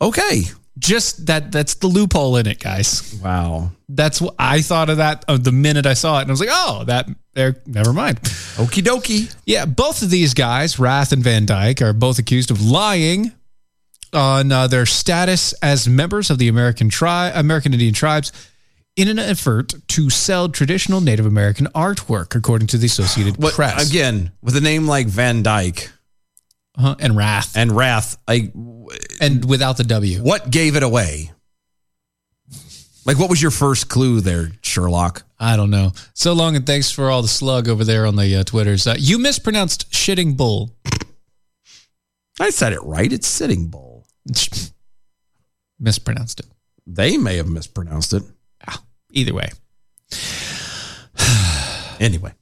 Okay.
Just that that's the loophole in it, guys.
Wow.
That's what I thought of that uh, the minute I saw it, and I was like, "Oh, that there. Never mind."
Okie dokie.
Yeah, both of these guys, Rath and Van Dyke, are both accused of lying on uh, their status as members of the American tri- American Indian tribes in an effort to sell traditional Native American artwork, according to the Associated
What,
Press.
Again, with a name like Van Dyke
uh and Rath
and Wrath, I
and without the W,
what gave it away? Like, what was your first clue there, Sherlock?
I don't know. So long and thanks for all the slug over there on the uh, Twitters. Uh, you mispronounced shitting bull.
I said it right. It's Sitting Bull.
mispronounced it.
They may have mispronounced it.
Either way.
anyway.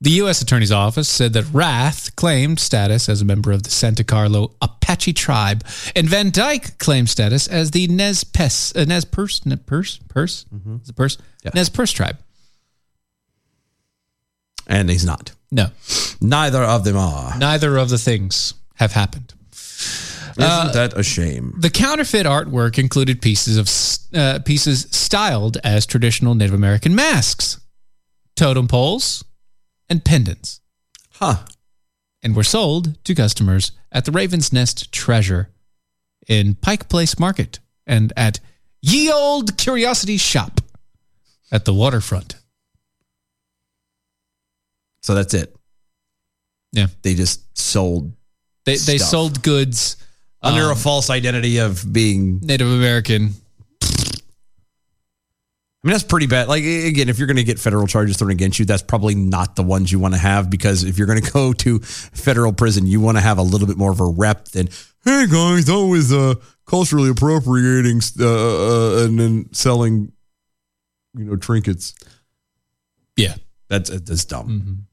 The U.S. Attorney's Office said that Rath claimed status as a member of the Santa Carlo Apache tribe, and Van Dyke claimed status as the Nez Perce, uh, Nez Perce, Nez Perce, Perce, Is it Perce? Nez Perce tribe.
And he's not.
No,
Neither of them are.
neither of the things have happened.
Isn't
uh,
that a shame?
The counterfeit artwork included pieces of s- uh, pieces styled as traditional Native American masks, totem poles, and pendants.
Huh.
And were sold to customers at the Raven's Nest Treasure in Pike Place Market and at Ye Old Curiosity Shop at the waterfront.
So that's it.
Yeah.
They just sold
They they
Stuff.
sold goods
under
um,
a false identity of being
Native American.
I mean, that's pretty bad. Like, a- again, if you're going to get federal charges thrown against you, that's probably not the ones you want to have because if you're going to go to federal prison, you want to have a little bit more of a rep than, hey guys, I was uh, culturally appropriating uh, uh, and then selling, you know, trinkets.
Yeah. Hmm.
That's, uh, that's dumb.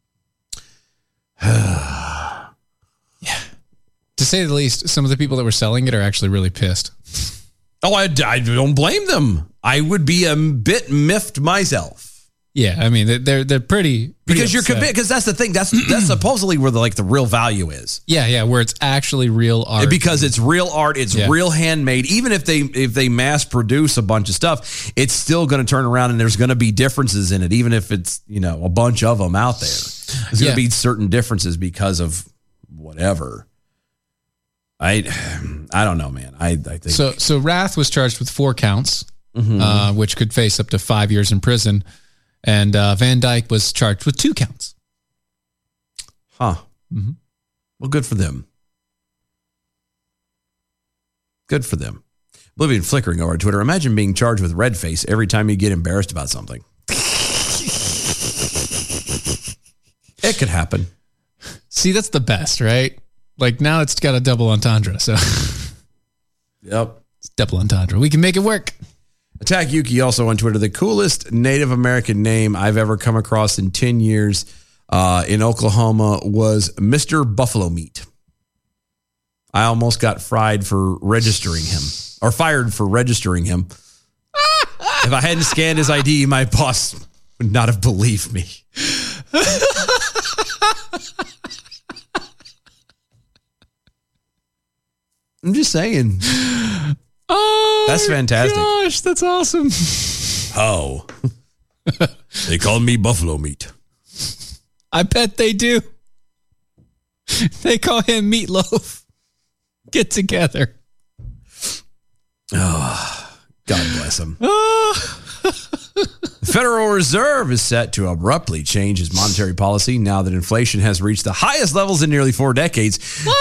To say the least, some of the people that were selling it are actually really pissed.
Oh, I, I don't blame them. I would be a bit miffed myself.
Yeah, I mean they're- they're they're pretty, pretty
Because you're
upset.
convinced, because that's the thing. That's that's supposedly where the like the real value is.
Yeah, yeah, where it's actually real art.
because it's real art it's
Yeah.
real handmade even if they if they mass produce a bunch of stuff it's still going to turn around and there's going to be differences in it even if it's you know a bunch of them out there there's going
Yeah.
to be certain differences because of whatever i i don't know man i i think Mm-hmm.
so so Rath was charged with four counts, uh, which could face up to five years in prison, and uh, Van Dyke was charged with two counts.
huh well good for them Good for them. Oblivion flickering over Twitter. Imagine being charged with red face every time you get embarrassed about something. it could happen.
See, that's the best, right? Like now it's got a double entendre. So,
yep,
it's double entendre. We can make it work.
Attack Yuki also on Twitter. The coolest Native American name I've ever come across in 10 years uh, in Oklahoma was Mr. Buffalo Meat. I almost got fried for registering him or fired for registering him. if I hadn't scanned his ID, my boss would not have believed me. I'm just saying.
Oh,
That's fantastic.
Gosh, that's awesome.
How? Oh. they call me buffalo meat.
I bet they do. They call him Meatloaf. Get together.
Oh, God bless him. the Federal Reserve is set to abruptly change its monetary policy now that inflation has reached the highest levels in nearly four decades,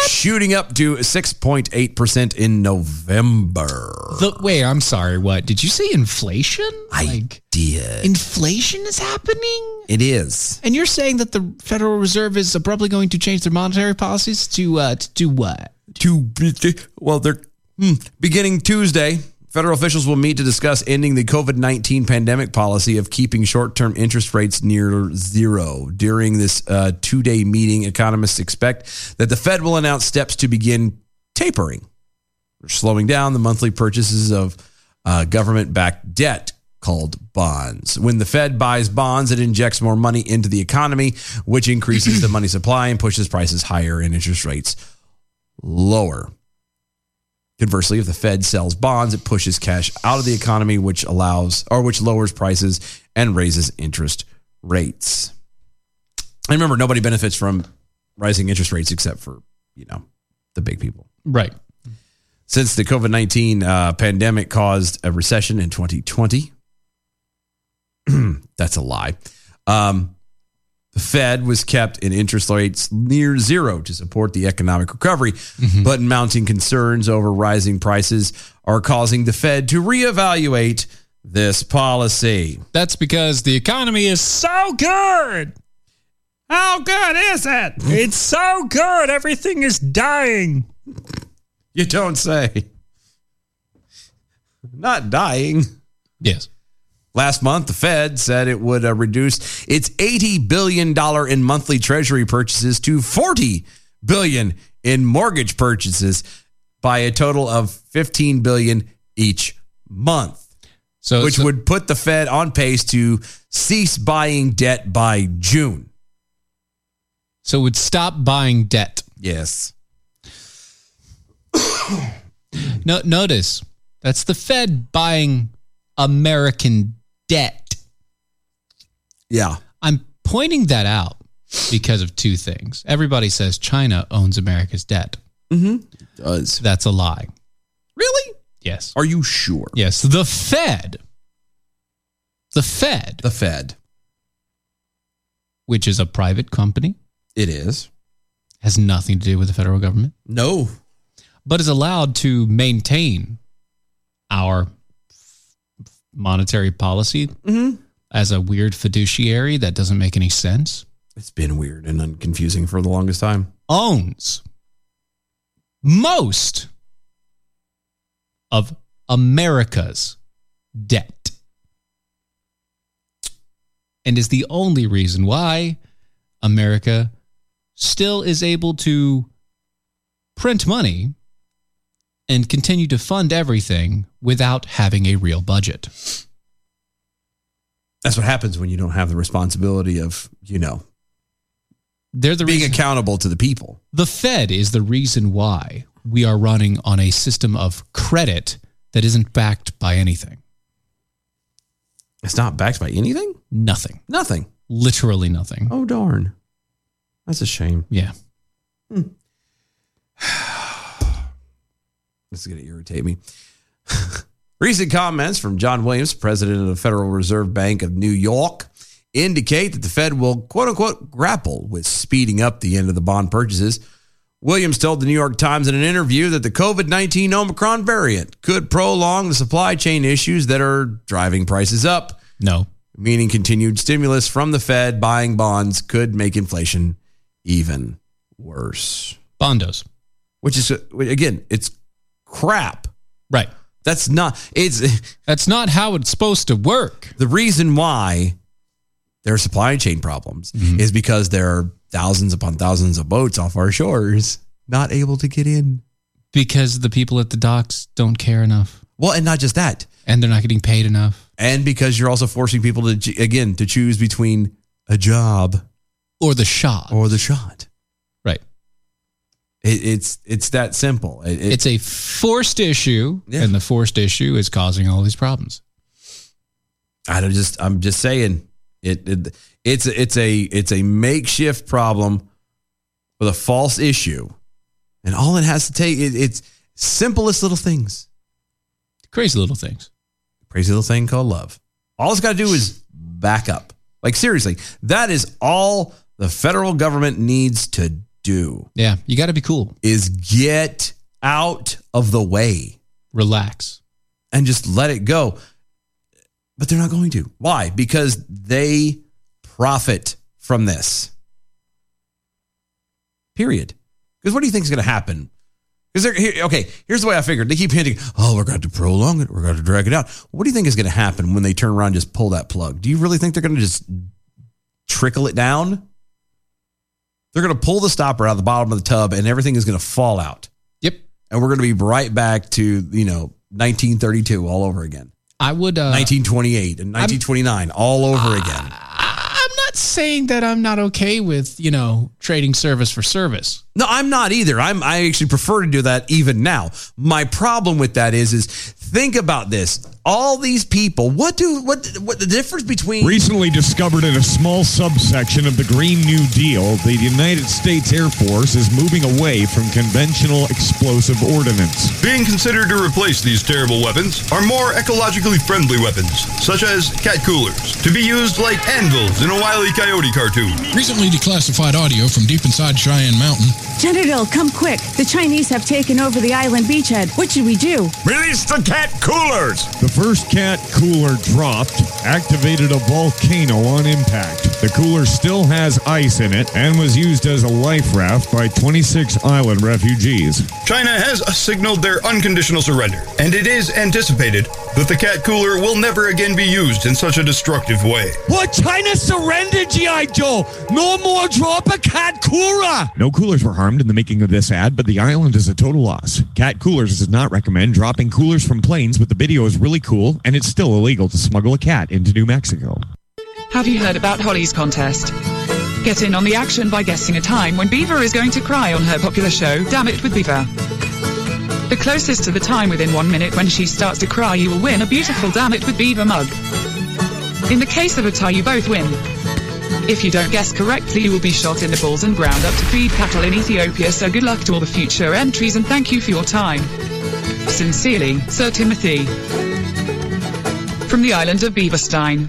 shooting up to 6.8% in November.
The, wait, I'm sorry. What did you say? Inflation? I like,
did.
Inflation is happening,
It is.
and you're saying that the Federal Reserve is abruptly going to change their monetary policies to uh, to do what?
To well, they're hmm, beginning Tuesday. Federal officials will meet to discuss ending the COVID 19 pandemic policy of keeping short term interest rates near zero. During this uh, two day meeting, economists expect that the Fed will announce steps to begin tapering, or slowing down the monthly purchases of uh, government backed debt called bonds. When the Fed buys bonds, it injects more money into the economy, which increases the money supply and pushes prices higher and interest rates lower. Conversely, if the Fed sells bonds, it pushes cash out of the economy, which allows or which lowers prices and raises interest rates. And remember, nobody benefits from rising interest rates except for, you know, the big people.
Right.
Since the COVID 19 uh, pandemic caused a recession in 2020, that's a lie. Um, the Fed was kept in interest rates near zero to support the economic recovery, but mounting concerns over rising prices are causing the Fed to reevaluate this policy.
That's because the economy is so good. Mm-hmm.
How good is it? It's so good. Everything is dying.
You don't say. Not dying.
Yes.
Last month, the Fed said it would uh, reduce its $80 billion in monthly treasury purchases to $40 billion in mortgage purchases by a total of $15 billion each month.
So,
which
so-
would put the Fed on pace to cease buying debt by June.
So it would stop buying debt.
Yes.
No, notice that's the Fed buying American debt.
Yeah.
I'm pointing that out because of two things. Everybody says China owns America's debt.
Mm-hmm. Does.
That's a lie.
Really?
Yes.
Are you sure?
Yes. The Fed. The Fed,
The Fed.
which is a private company,
It is.
has nothing to do with the federal government,
No.
but is allowed to maintain our monetary policy
Mm-hmm.
as a weird fiduciary that doesn't make any sense.
It's been weird and unconfusing for the longest time.
owns most of America's debt and is the only reason why America still is able to print money and continue to fund everything without having a real budget.
That's what happens when you don't have the responsibility of, you know,
They're the
being
reason
accountable to the people.
The Fed is the reason why we are running on a system of credit that isn't backed by anything.
It's not backed by anything?
Nothing.
Nothing.
Literally nothing.
Oh, darn. That's a shame.
Yeah.
This is going to irritate me. Recent comments from John Williams, president of the Federal Reserve Bank of New York, indicate that the Fed will, quote unquote, grapple with speeding up the end of the bond purchases, Williams told the New York Times in an interview that the COVID 19 Omicron variant could prolong the supply chain issues that are driving prices up.
No.
Meaning continued stimulus from the Fed buying bonds could make inflation even worse.
Bondos.
Which is, again, it's crap.
Right.
That's not, it's,
that's not how it's supposed to work.
The reason why there are supply chain problems
Mm-hmm.
is because there are thousands upon thousands of boats off our shores not able to get in.
Because the people at the docks don't care enough.
Well, and not just that.
And they're not getting paid enough.
And because you're also forcing people to, ch- again, to choose between a job
or the shot.
Or the shot.
Right.
It, it's it's that simple. It- it-
it's a forced issue, and the forced issue is causing all these problems.
I don't just I'm just saying it, it it's a- it's a it's a makeshift problem with a false issue. And all it has to take it, it's simplest little things.
Crazy little things.
Crazy little thing called love. All it's got to do is back up. Like seriously, that is all the federal government needs to do.
Yeah, you got to be cool.
Is get out of the way.
Relax.
And just let it go. But they're not going to. Why? Because they profit from this. Period. Because what do you think is going to happen? Because they're here, okay. Here's the way I figured. They keep hinting, "Oh, we're going to prolong it. We're going to drag it out." What do you think is going to happen when they turn around and just pull that plug? Do you really think they're going to just trickle it down? They're going to pull the stopper out of the bottom of the tub, and everything is going to fall out.
Yep.
And we're going to be right back to you know 1932 all over again.
I would uh,
1928 and 1929 all over again.
I'm not saying that I'm not okay with, you know, trading service for service.
No, I'm not either. I'm I actually prefer to do that even now. My problem with that is is think about this. All these people, what do what what the difference between
Recently discovered in a small subsection of the Green New Deal, the United States Air Force is moving away from conventional explosive ordnance.
Being considered to replace these terrible weapons are more ecologically friendly weapons, such as cat coolers, to be used like anvils in a wily coyote cartoon.
Recently declassified audio from deep inside Cheyenne Mountain.
General, come quick. The Chinese have taken over the island beachhead. What should we do?
Release the cat coolers! The first cat cooler dropped activated a volcano on impact. The cooler still has ice in it and was used as a life raft by 26 island refugees.
China has signaled their unconditional surrender, and it is anticipated that the cat cooler will never again be used in such a destructive way.
What? China surrendered, G.I. Joe! No more drop a cat Kura!
No coolers were harmed in the making of this ad, but the island is a total loss. Cat Coolers does not recommend dropping coolers from planes, but the video is really cool, and it's still illegal to smuggle a cat into New Mexico.
Have you heard about Holly's contest? Get in on the action by guessing a time when Beaver is going to cry on her popular show, Damn It with Beaver. The closest to the time within one minute when she starts to cry, you will win a beautiful Damn It with Beaver mug. In the case of a tie, you both win. If you don't guess correctly, you will be shot in the balls and ground up to feed cattle in Ethiopia, so good luck to all the future entries and thank you for your time. Sincerely, Sir Timothy. From the island of Beaverstein.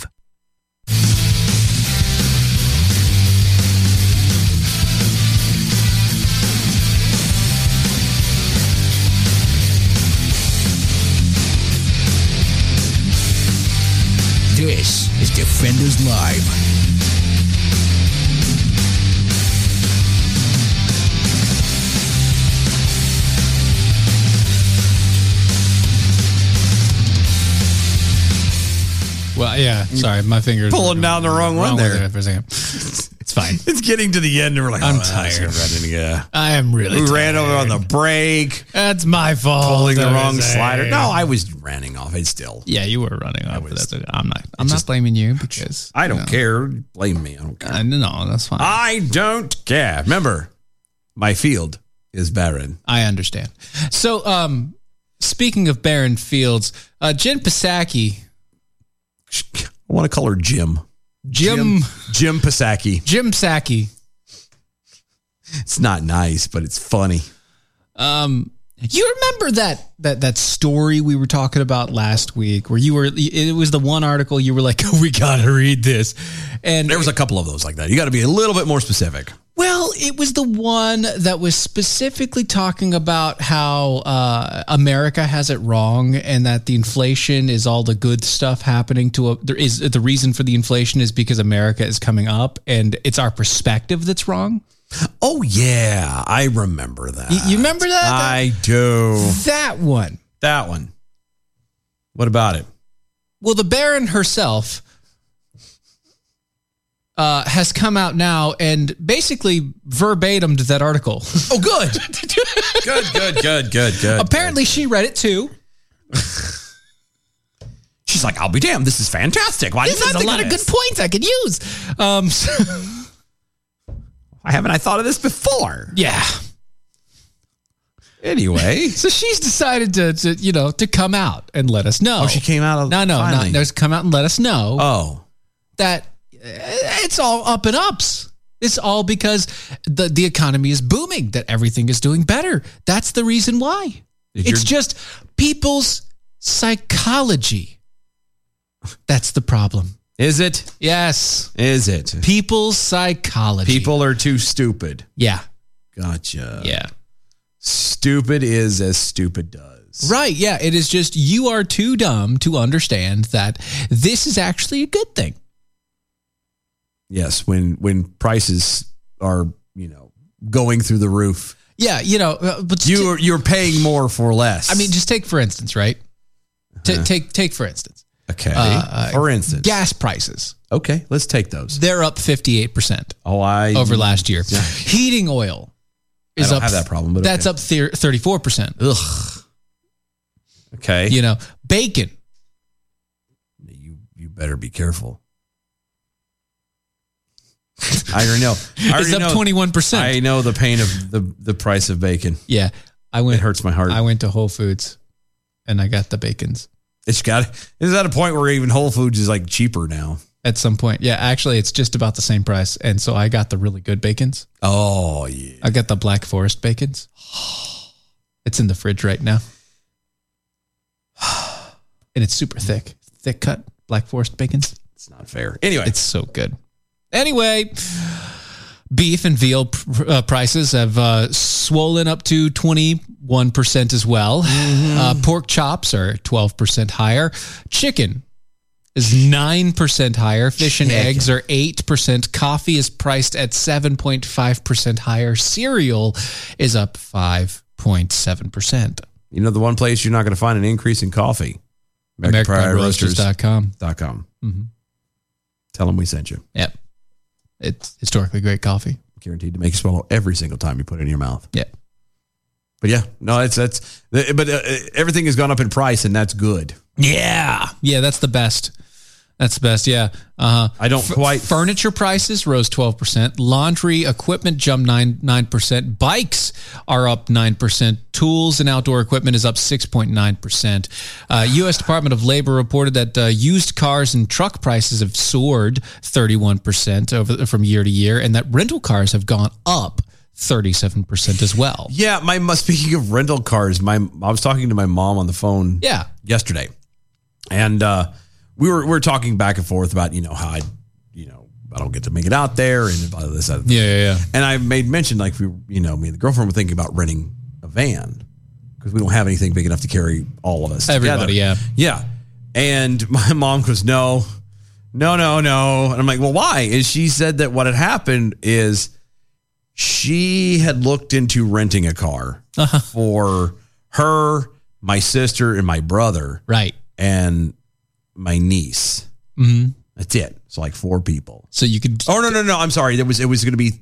This is Defenders Live.
Well, yeah. Sorry, my fingers
Pulling
were
down the wrong one
with
there.
it for a second. It's fine.
It's getting to the end, and we're like,
I'm
"Oh, that's
tired.
gonna run in again."
I am really.
we ran over on the brake.
That's my fault.
Pulling the
I
wrong
was-
slider. No, I was running off it still.
Yeah, you were running off. but that's okay. I'm not. I'm not blaming you because
I don't
you know.
care. Blame me. I don't care.
Uh, no, that's fine.
I don't care. Remember, My field is barren.
I understand. So, um, speaking of barren fields, uh, Jen Psaki,
I want to call her Jim.
Jim.
Jim Psaki.
Jim Psaki.
It's not nice, but it's funny.
Um, you remember that that that story we were talking about last week, where you were it was the one article you were like, "Oh, "We gotta read this," and
there was a couple of those like that. You got to be a little bit more specific.
Well, it was the one that was specifically talking about how uh, America has it wrong, and that the inflation is all the good stuff happening to. A, there is the reason for the inflation is because America is coming up, and it's our perspective that's wrong.
Oh yeah, I remember that.
You, remember that?
I do.
that one.
That one. What about it?
Well, the Baron herself uh, has come out now and basically verbatim to that article. Oh, good.
Good, good, good, good, good.
Apparently, she read it too.
She's like, I'll be damned. This is fantastic. Why
This
this
sounds
is
like a lot of good points I could use. Um,
Why haven't I thought of this before?
Yeah.
Anyway,
so she's decided to, to, you know, to come out and let us know.
Oh, she came out. Of,
no, no, no.
finally.
There's come out and let us know.
Oh,
that eh, it's all up and ups. It's all because the the economy is booming. That everything is doing better. That's the reason why.
If
It's
you're-
just people's psychology. That's the problem.
Is it?
Yes.
Is it?
People's psychology.
People are too stupid.
Yeah.
Gotcha.
Yeah.
Stupid is as stupid does.
Right. Yeah. It is just you are too dumb to understand that this is actually a good thing.
Yes, when when prices are, you know, going through the roof.
Yeah. You know, uh, but
You're you're paying more for less.
I mean, just take for instance, right? Ta-
Uh-huh.
Take take for instance.
Okay.
uh,
for instance.
Gas prices.
Okay, let's take those.
They're up 58%.
Oh, I
over last year. Heating oil
I
is
don't
up.
have that problem, but
that's
okay.
up thir- 34%. Ugh.
Okay.
You know, bacon.
You better be careful. I already know. I already
It's up
know-
21%.
I know the pain of the the price of bacon.
Yeah. I went,
it hurts my heart.
I went to Whole Foods and I got the bacons
It's got. Is that a point where even Whole Foods is like cheaper now?
at some point. Yeah. Actually, it's just about the same price. And so I got the really good bacons.
Oh yeah.
I got the Black Forest bacons. It's in the fridge right now. And it's super thick, thick cut Black Forest bacons.
It's not fair. Anyway,
it's so good. Anyway, beef and veal pr- uh, prices have uh, swollen up to 21% as well. Uh, pork chops are 12% higher. Chicken is 9% higher. Fish and eggs are 8%. Coffee is priced at 7.5% higher. Cereal is up 5.7%.
You know the one place you're not going to find an increase in coffee.
AmericanPrideRoasters.com.
dot com.
Mhm.
Tell them we sent you.
Yep. It's historically great coffee.
Guaranteed to make you swallow every single time you put it in your mouth.
Yeah.
But yeah, no, it's that's but uh, everything has gone up in price and that's good.
Yeah. Yeah, that's the best. That's the best. Yeah. Uh, I don't quite. Furniture prices rose 12%. Laundry equipment jumped 9, 9%. Bikes are up 9%. Tools and outdoor equipment is up 6.9%. Uh, U.S. Department of Labor reported that uh, used cars and truck prices have soared 31% over, from year to year, and that rental cars have gone up 37% as well.
Yeah, my my- speaking of rental cars, my I was talking to my mom on the phone.
Yeah.
yesterday, and uh, we were we were talking back and forth about you know how I you know I don't get to make it out there and about this other thing.
Yeah, yeah, yeah.
And I made mention like we you know me and the girlfriend were thinking about renting a van because we don't have anything big enough to carry all of us.
Everybody,
together. yeah, yeah. And my mom goes, no, no, no, no. And I'm like, well, why? And she said that what had happened is she had looked into renting a car for her, my sister, and my brother.
Right.
And my niece.
Mm-hmm.
That's it. It's like four people.
So you could.
Oh no no no! I'm sorry. There was it was going to be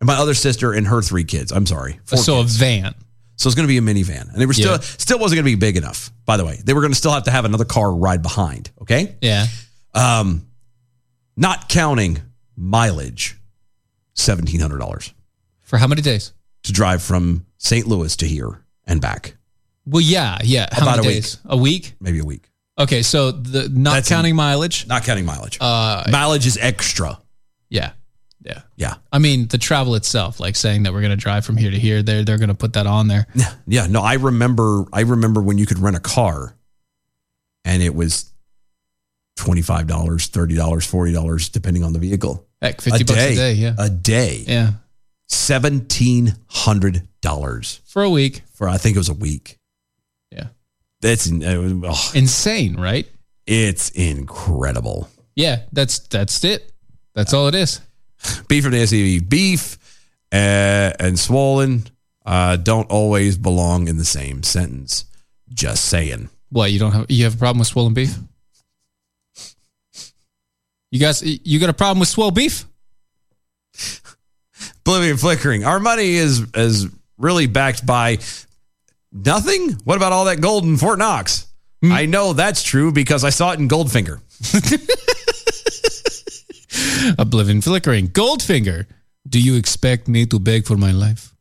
my other sister and her three kids. I'm sorry.
So a van.
So it's going to be a minivan, and they were still still wasn't going to be big enough. By the way, they were going to still have to have another car ride behind. Okay.
Yeah.
Um, not counting mileage, seventeen hundred dollars
For how many days?
to drive from St. Louis to here and back.
Well, yeah, yeah. How
About
many
a week.
days? A week?
Maybe a week.
Okay, so the not counting mileage.
Not counting mileage.
Uh,
mileage is extra.
Yeah, yeah,
yeah.
I mean, the travel itself, like saying that we're going to drive from here to here, they're they're going to put that on there.
Yeah, no, I remember I remember when you could rent a car and it was $25, $30, $40 depending on the vehicle.
Heck, 50 bucks a day, yeah.
A day.
Yeah.
$1700
for a week.
For I think it was a week.
Yeah.
That's it was- oh.
insane, right?
It's incredible.
Yeah, that's that's it. That's all it is.
Beef from the SUV. Beef uh, and swollen uh, don't always belong in the same sentence. Just saying.
What you don't have? You have a problem with swollen beef? You guys, you got a problem with swole beef?
Oblivion flickering. Our money is is really backed by nothing. What about all that gold in Fort Knox? I know that's true because I saw it in Goldfinger.
Oblivion flickering. Goldfinger. Do you expect me to beg for my life?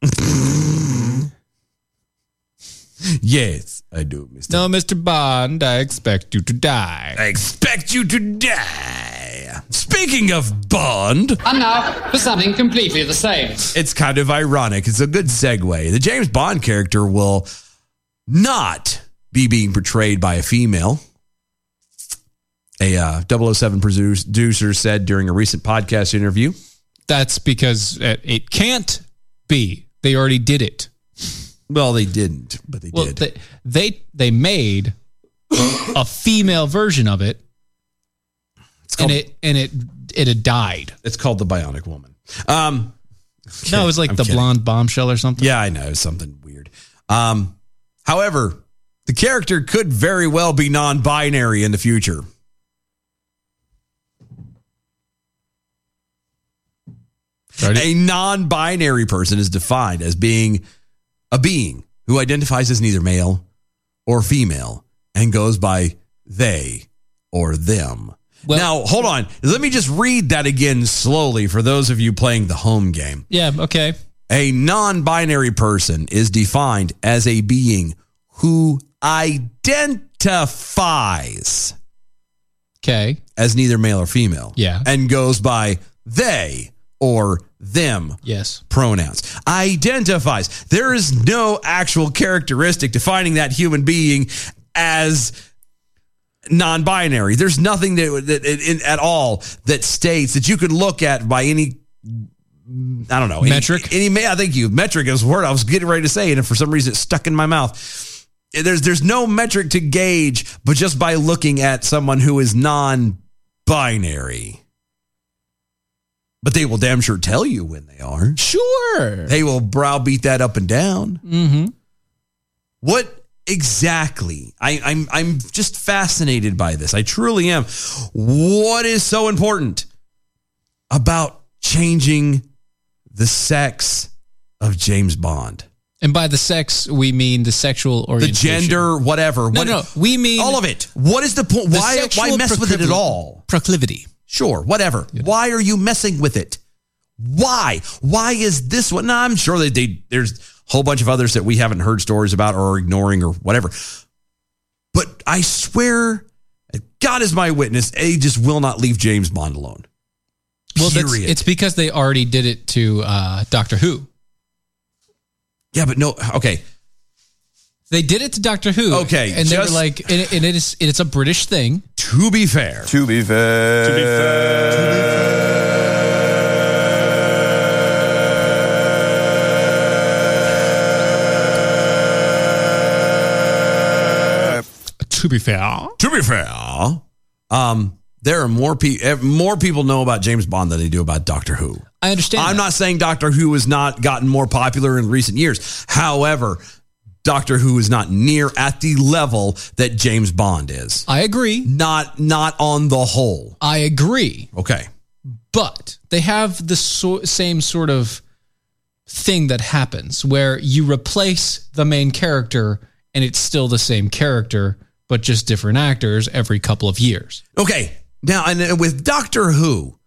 yes, I do, Mr.
No, Mr. Bond, I expect you to die.
I expect you to die. Speaking of Bond,
And now for something completely the same.
it's kind of ironic. It's a good segue. The James Bond character will not be being portrayed by a female. A uh, 007 producer said during a recent podcast interview.
That's because uh, it can't be. They already did it.
Well, they didn't, but they
did. They, they they made a female version of it, and it and it it had died.
It's called the Bionic Woman. Um,
No, it was like
I'm
the
kidding.
blonde bombshell or something.
Yeah, I know something weird. Um, however, the character could very well be non-binary in the future. A non-binary person is defined as being a being who identifies as neither male or female and goes by they or them. now, hold on. Let me just read that again slowly for those of you playing the home game.
Yeah. Okay.
A non binary person is defined as a being who identifies
okay
as neither male or female
Yeah.
and goes by they or them
Yes.
pronouns identifies there is no actual characteristic defining that human being as non-binary there's nothing that, that in, at all that states that you could look at by any i don't know any-
Metric?
any, ma- i think you metric is the word i was getting ready to say and for some reason it stuck in my mouth there's there's no metric to gauge but just by looking at someone who is non-binary but they will damn sure tell you when they are.
Sure.
They will browbeat that up and down.
Mm-hmm.
What exactly? I, I'm I'm just fascinated by this. I truly am. What is so important about changing the sex of James Bond?
And by the sex, we mean the sexual
The
orientation.
gender, whatever.
No,
What-
no, we mean
all of it. What is the point?
The
Why why
sexual
mess with it at
proclivity-
all?
Proclivity.
Sure, whatever. Why are you messing with it? Why? Why is this one? No, I'm sure that they there's a whole bunch of others that we haven't heard stories about or are ignoring or whatever. But I swear, God is my witness, they just will not leave James Bond alone.
Well, that's,
Period.
it's because they already did it to uh, Doctor Who.
Yeah, but no. Okay.
They did it to Doctor Who.
Okay,
and they were
just-
like, and, it- and it is, it's a British thing.
To be fair. To be fair. To be fair.
To be fair.
To be fair. Um, there are more people more people know about James Bond than they do about Doctor Who.
I understand.
I'm not saying Doctor Who has not gotten more popular in recent years. However, Doctor Who is not near at the level that James Bond is.
I agree.
Not not on the whole.
I agree,
Okay.
but they have the so- same sort of thing that happens where you replace the main character and it's still the same character, but just different actors every couple of years.
Okay. Now and with Doctor Who,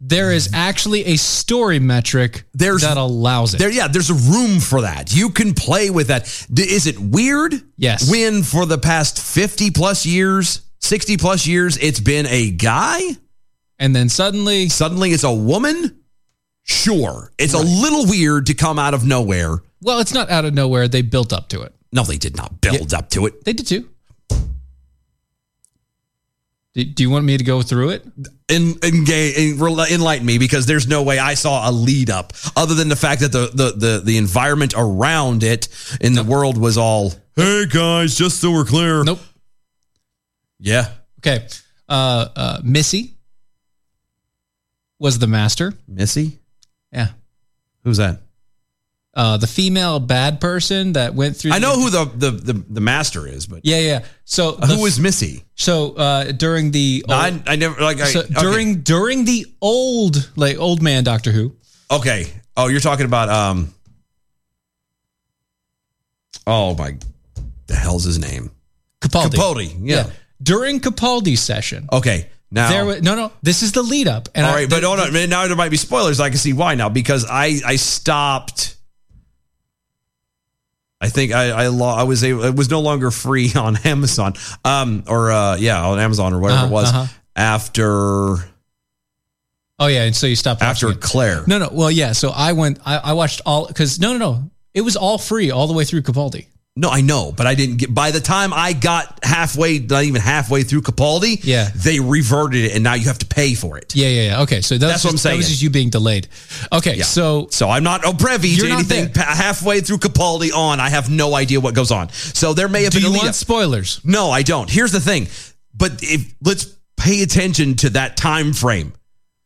There is actually a story metric
Mm-hmm. there's,
that allows it.
There, yeah, there's a room for that. You can play with that. D- Is it weird?
Yes.
When for the past 50 plus years, 60 plus years, it's been a guy?
And then suddenly.
Suddenly it's a woman? Sure. It's a little weird to come out of nowhere.
Well, it's not out of nowhere. They built up to it.
No, they did not build up to it.
They did too. Do, do you want me to go through it?
En, enga- en- rela- enlighten me because there's no way I saw a lead up other than the fact that the, the, the, the environment around it in the world was all, hey guys, just so we're clear.
Nope.
Yeah.
Okay. Uh, uh, Missy was the master.
Missy?
Yeah.
Who's that?
Uh, the female bad person that went through.
I know who the, the, the, the master is, but
Yeah, yeah. So
Who was Missy?
So uh, during the
No, I, I never like I,
so
okay.
during during the old like old man Doctor Who.
Okay. Oh, you're talking about um. Oh my, the hell's his name?
Capaldi.
Capaldi. Yeah.
During Capaldi's session,
Okay. Now.
there was no no. This is the lead up, and
all
I-
right, but
the-
no, no, man, now there might be spoilers. I can see why now because I I stopped. I think I I, lo- I was able, it was no longer free on Amazon, um, or uh, yeah, on Amazon or whatever
Uh-huh,
it was
uh-huh.
after
oh yeah, and so you stopped watching
after
it.
Claire.
No, no. Well, yeah. So I went. I, I watched all because no, no, no. It was all free all the way through Capaldi.
No, I know, but I didn't get. By the time I got halfway, not even halfway through Capaldi,
Yeah.
they reverted it, and now you have to pay for it.
Yeah, yeah, yeah. Okay, so that
That's
was
what I'm
just- That was
saying.
just you being delayed. Okay,
Yeah.
so
So I'm not privy
You're
to
not
anything pa- halfway through Capaldi on. I have no idea what goes on. So there may have
do
been
you
a lead
want
up.
spoilers?
no, I don't. Here's the thing, but if let's pay attention to that time frame.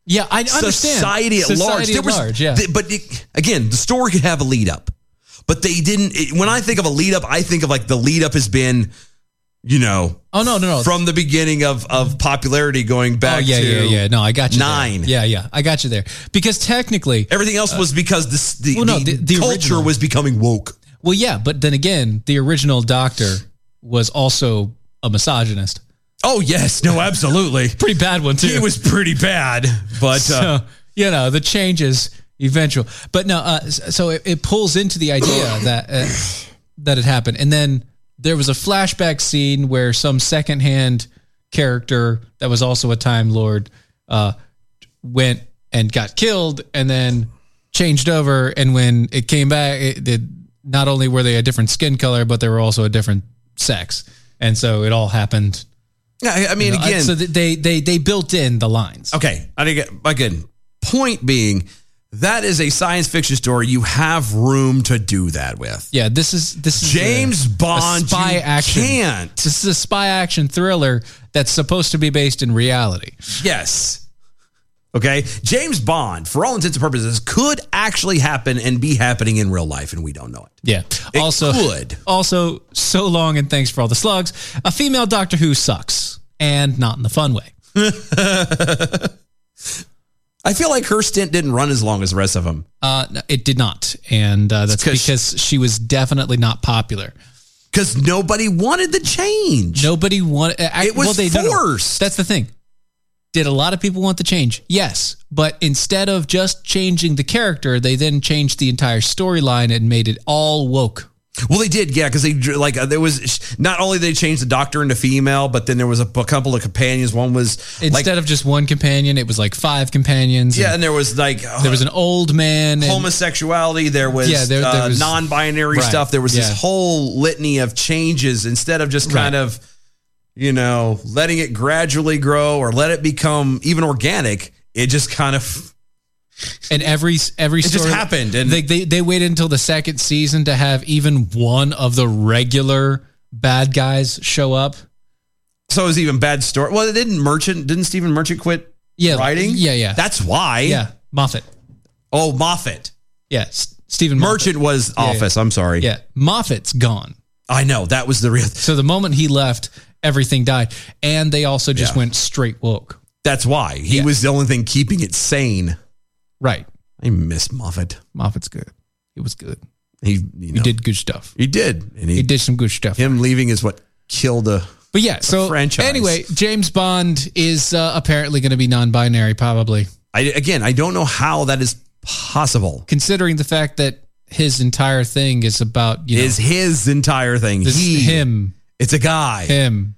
Yeah, I understand.
Society at large.
Society
There
at
was-
large. Yeah.
th- but it- again, the story could have a lead up, but they didn't. It, when I think of a lead up, I think of like the lead up has been, you know,
oh no, no, no.
from the beginning of of popularity going back
oh yeah,
to
yeah, yeah. No, I got you. there.
nine.
Yeah, yeah. I got you there because technically,
Everything else was because this, the,
well, no,
the,
the- the
culture
original.
was becoming woke.
well, yeah. But then again, the original Doctor was also a misogynist.
Oh yes, no, absolutely.
Pretty bad one too.
he was pretty bad, but uh,
so, you know the changes eventual but no uh, s- so it, it pulls into the idea that uh, that it happened and then there was a flashback scene where some secondhand character that was also a time lord uh, went and got killed and then changed over and when it came back it, it not only were they a different skin color but they were also a different sex and so it all happened
yeah, I- I mean,
you know,
again,
so they they they built in the lines
okay. I think again, point being, that is a science fiction story. You have room to do that with.
Yeah, this is this is
James
a-
Bond,
a spy
you
action.
can't.
This is a spy action thriller that's supposed to be based in reality.
Yes. Okay, James Bond, for all intents and purposes, could actually happen and be happening in real life, and we don't know it.
Yeah.
It
also,
could.
also, so long and thanks for all the slugs. A female Doctor Who sucks, and not in the fun way.
I feel like her stint didn't run as long as the rest of them.
Uh, no, it did not, and uh, that's
'cause she-
because she was definitely not popular.
Because nobody wanted the change.
Nobody wanted. I,
It was
well, they, no, no.
forced.
That's the thing. Did a lot of people want the change? Yes, but instead of just changing the character, they then changed the entire storyline and made it all woke.
Well, they did, yeah, because they drew- like uh, there was not only they changed the doctor into female, but then there was a, p- couple of companions. One was
Instead
like,
of just one companion, it was like five companions.
yeah,
and
and there was like uh,
there was an old man. and-
homosexuality. There was
Yeah, there- there
uh,
was-
non-binary
Right,
stuff. There was
yeah.
this whole litany of changes instead of just kind
Right.
of you know letting it gradually grow or let it become even organic. It just kind of
and every every
It just
story
happened, and-
they, they they waited until the second season to have even one of the regular bad guys show up.
so it was even bad story. Well, it didn't merchant didn't Stephen Merchant quit
Yeah,
writing?
Yeah, yeah,
That's why.
yeah. Moffat.
Oh, Moffat.
Yeah, S- Stephen Moffat.
Merchant was
Yeah, yeah.
office. I'm sorry.
Yeah, Moffat's gone.
I know that was the real.
So the moment he left, everything died, and they also just
Yeah.
went straight woke.
That's why he
Yeah.
was the only thing keeping it sane.
Right,
I miss Moffat.
Moffat's good. It was good.
He you
He
know,
did good stuff.
He did, and he,
He did some good stuff.
Him leaving is what killed a.
But yeah, so
franchise.
anyway, James Bond is uh, apparently going to be non-binary, probably.
I again, I don't know how that is possible.
Considering the fact that his entire thing is about you know,
Is his entire thing
This-
he
him?
It's a guy.
Him.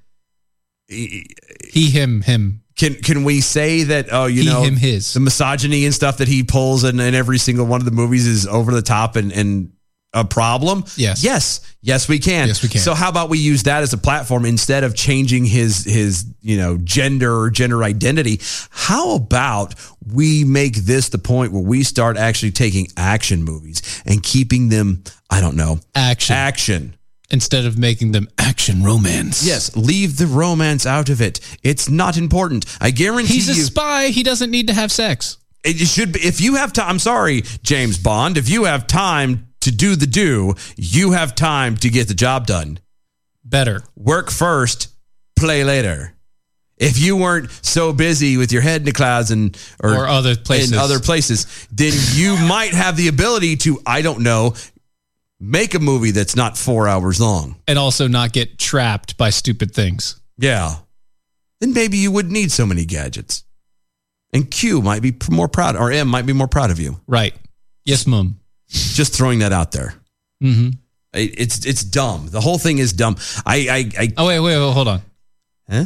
He,
him, him.
Can can we say that? Oh, you
He,
know,
him, his.
the misogyny and stuff that he pulls in, in every single one of the movies is over the top and and a problem.
Yes.
yes, yes, we can.
Yes, we can.
So how about we use that as a platform instead of changing his his you know gender or gender identity? How about we make this the point where we start actually taking action movies and keeping them? I don't know
action
action
instead of making them action romance.
Yes, leave the romance out of it. It's not important. I guarantee
He's a
you.
spy. He doesn't need to have sex.
It should be if you have time. I'm sorry, James Bond. If you have time to do the do, you have time to get the job done.
Better
work first, play later. If you weren't so busy with your head in the clouds and or,
Or other places.
in other places, then you might have the ability to I don't know make a movie that's not four hours long.
and also not get trapped by stupid things.
Yeah. Then maybe you wouldn't need so many gadgets. And Q might be p- more proud, or M might be more proud of you.
Right. Yes, mum.
Just throwing that out there.
Mm-hmm.
I- It's it's dumb. The whole thing is dumb. I I, I
Oh wait, wait, wait, hold on.
Huh?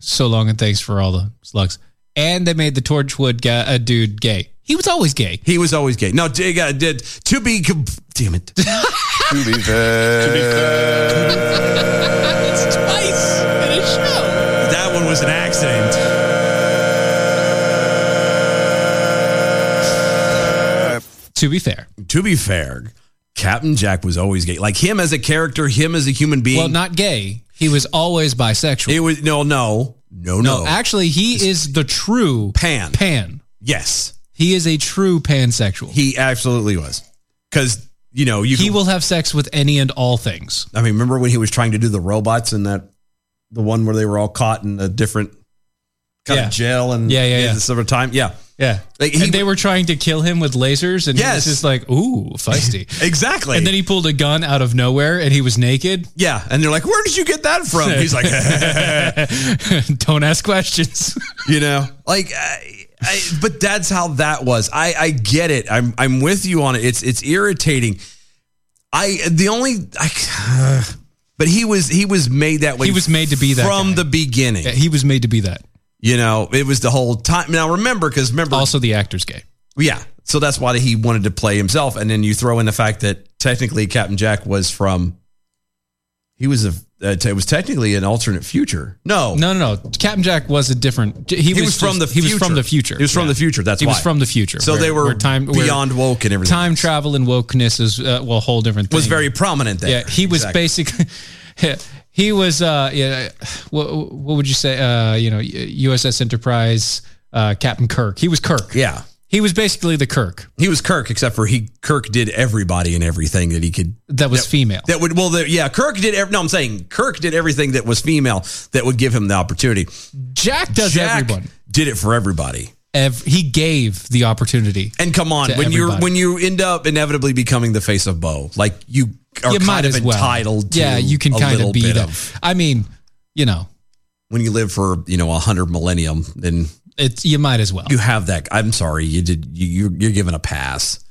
So long and thanks for all the slugs. And they made the Torchwood guy, uh, dude gay. He was always gay.
He was always gay. No, dig, uh, did to be. Com- damn it.
to be fair.
It's twice in a show.
That one was an accident.
To be fair.
To be fair, Captain Jack was always gay. Like him as a character, him as a human being.
Well, not gay. He was always bisexual.
It was no, no, no,
no,
no.
actually, he is the true
pan.
Pan.
Yes,
he is a true pansexual.
He absolutely was. Because you know you.
he will have sex with any and all things.
I mean, remember when he was trying to do the robots and that the one where they were all caught in a different kind
Yeah.
of jail and
Yeah, yeah, yeah.
sort of time. Yeah,
Yeah,
Like,
and they were trying to kill him with lasers, and
Yes.
he was just like, "Ooh, feisty."
exactly.
And then he pulled a gun out of nowhere, and he was naked.
yeah. And they're like, "Where did you get that from?" He's like,
"Don't ask questions."
you know, like. I, I, but that's how that was. I, I get it. I'm I'm with you on it. It's it's irritating. I the only I, but he was he was made that way.
He was made to be that
from the beginning.
he was made to be that.
You know, it was the whole time. Now remember, because remember,
also the actor's gay.
Yeah, so that's why he wanted to play himself, and then you throw in the fact that technically Captain Jack was from. He was a. Uh, it was technically an alternate future. No,
no, no, no. Captain Jack was a different. He, was,
from the.
just- He
future.
was from the future.
He was from
Yeah.
the future. That's
he
why
was from the future.
So
where-
they were
where time where
beyond woke and everything.
Time travel and wokeness is uh, well, whole different. Thing.
was very prominent there.
Yeah, he was
Exactly.
basically. He was, uh, yeah. What, what would you say? Uh, you know, USS Enterprise, uh, Captain Kirk. He was Kirk.
Yeah,
he was basically the Kirk.
He was Kirk, except for he Kirk did everybody and everything that he could.
That was female.
That would well, the, yeah. Kirk did. Ev- no, I'm saying Kirk did everything that was female that would give him the opportunity.
Jack does everyone.
Did it for everybody.
Ev- he gave the opportunity.
And come on,
to
when you're
everybody.
when you end up inevitably becoming the face of Bo, like you are
You
kind
might
of
as well.
entitled. to
Yeah, you can
a
kind of
little
be
bit
that.
of-
I mean, you know,
when you live for you know a hundred millennium, then
it's you might as well.
You have that. I'm sorry, you did. You you're, you're given a pass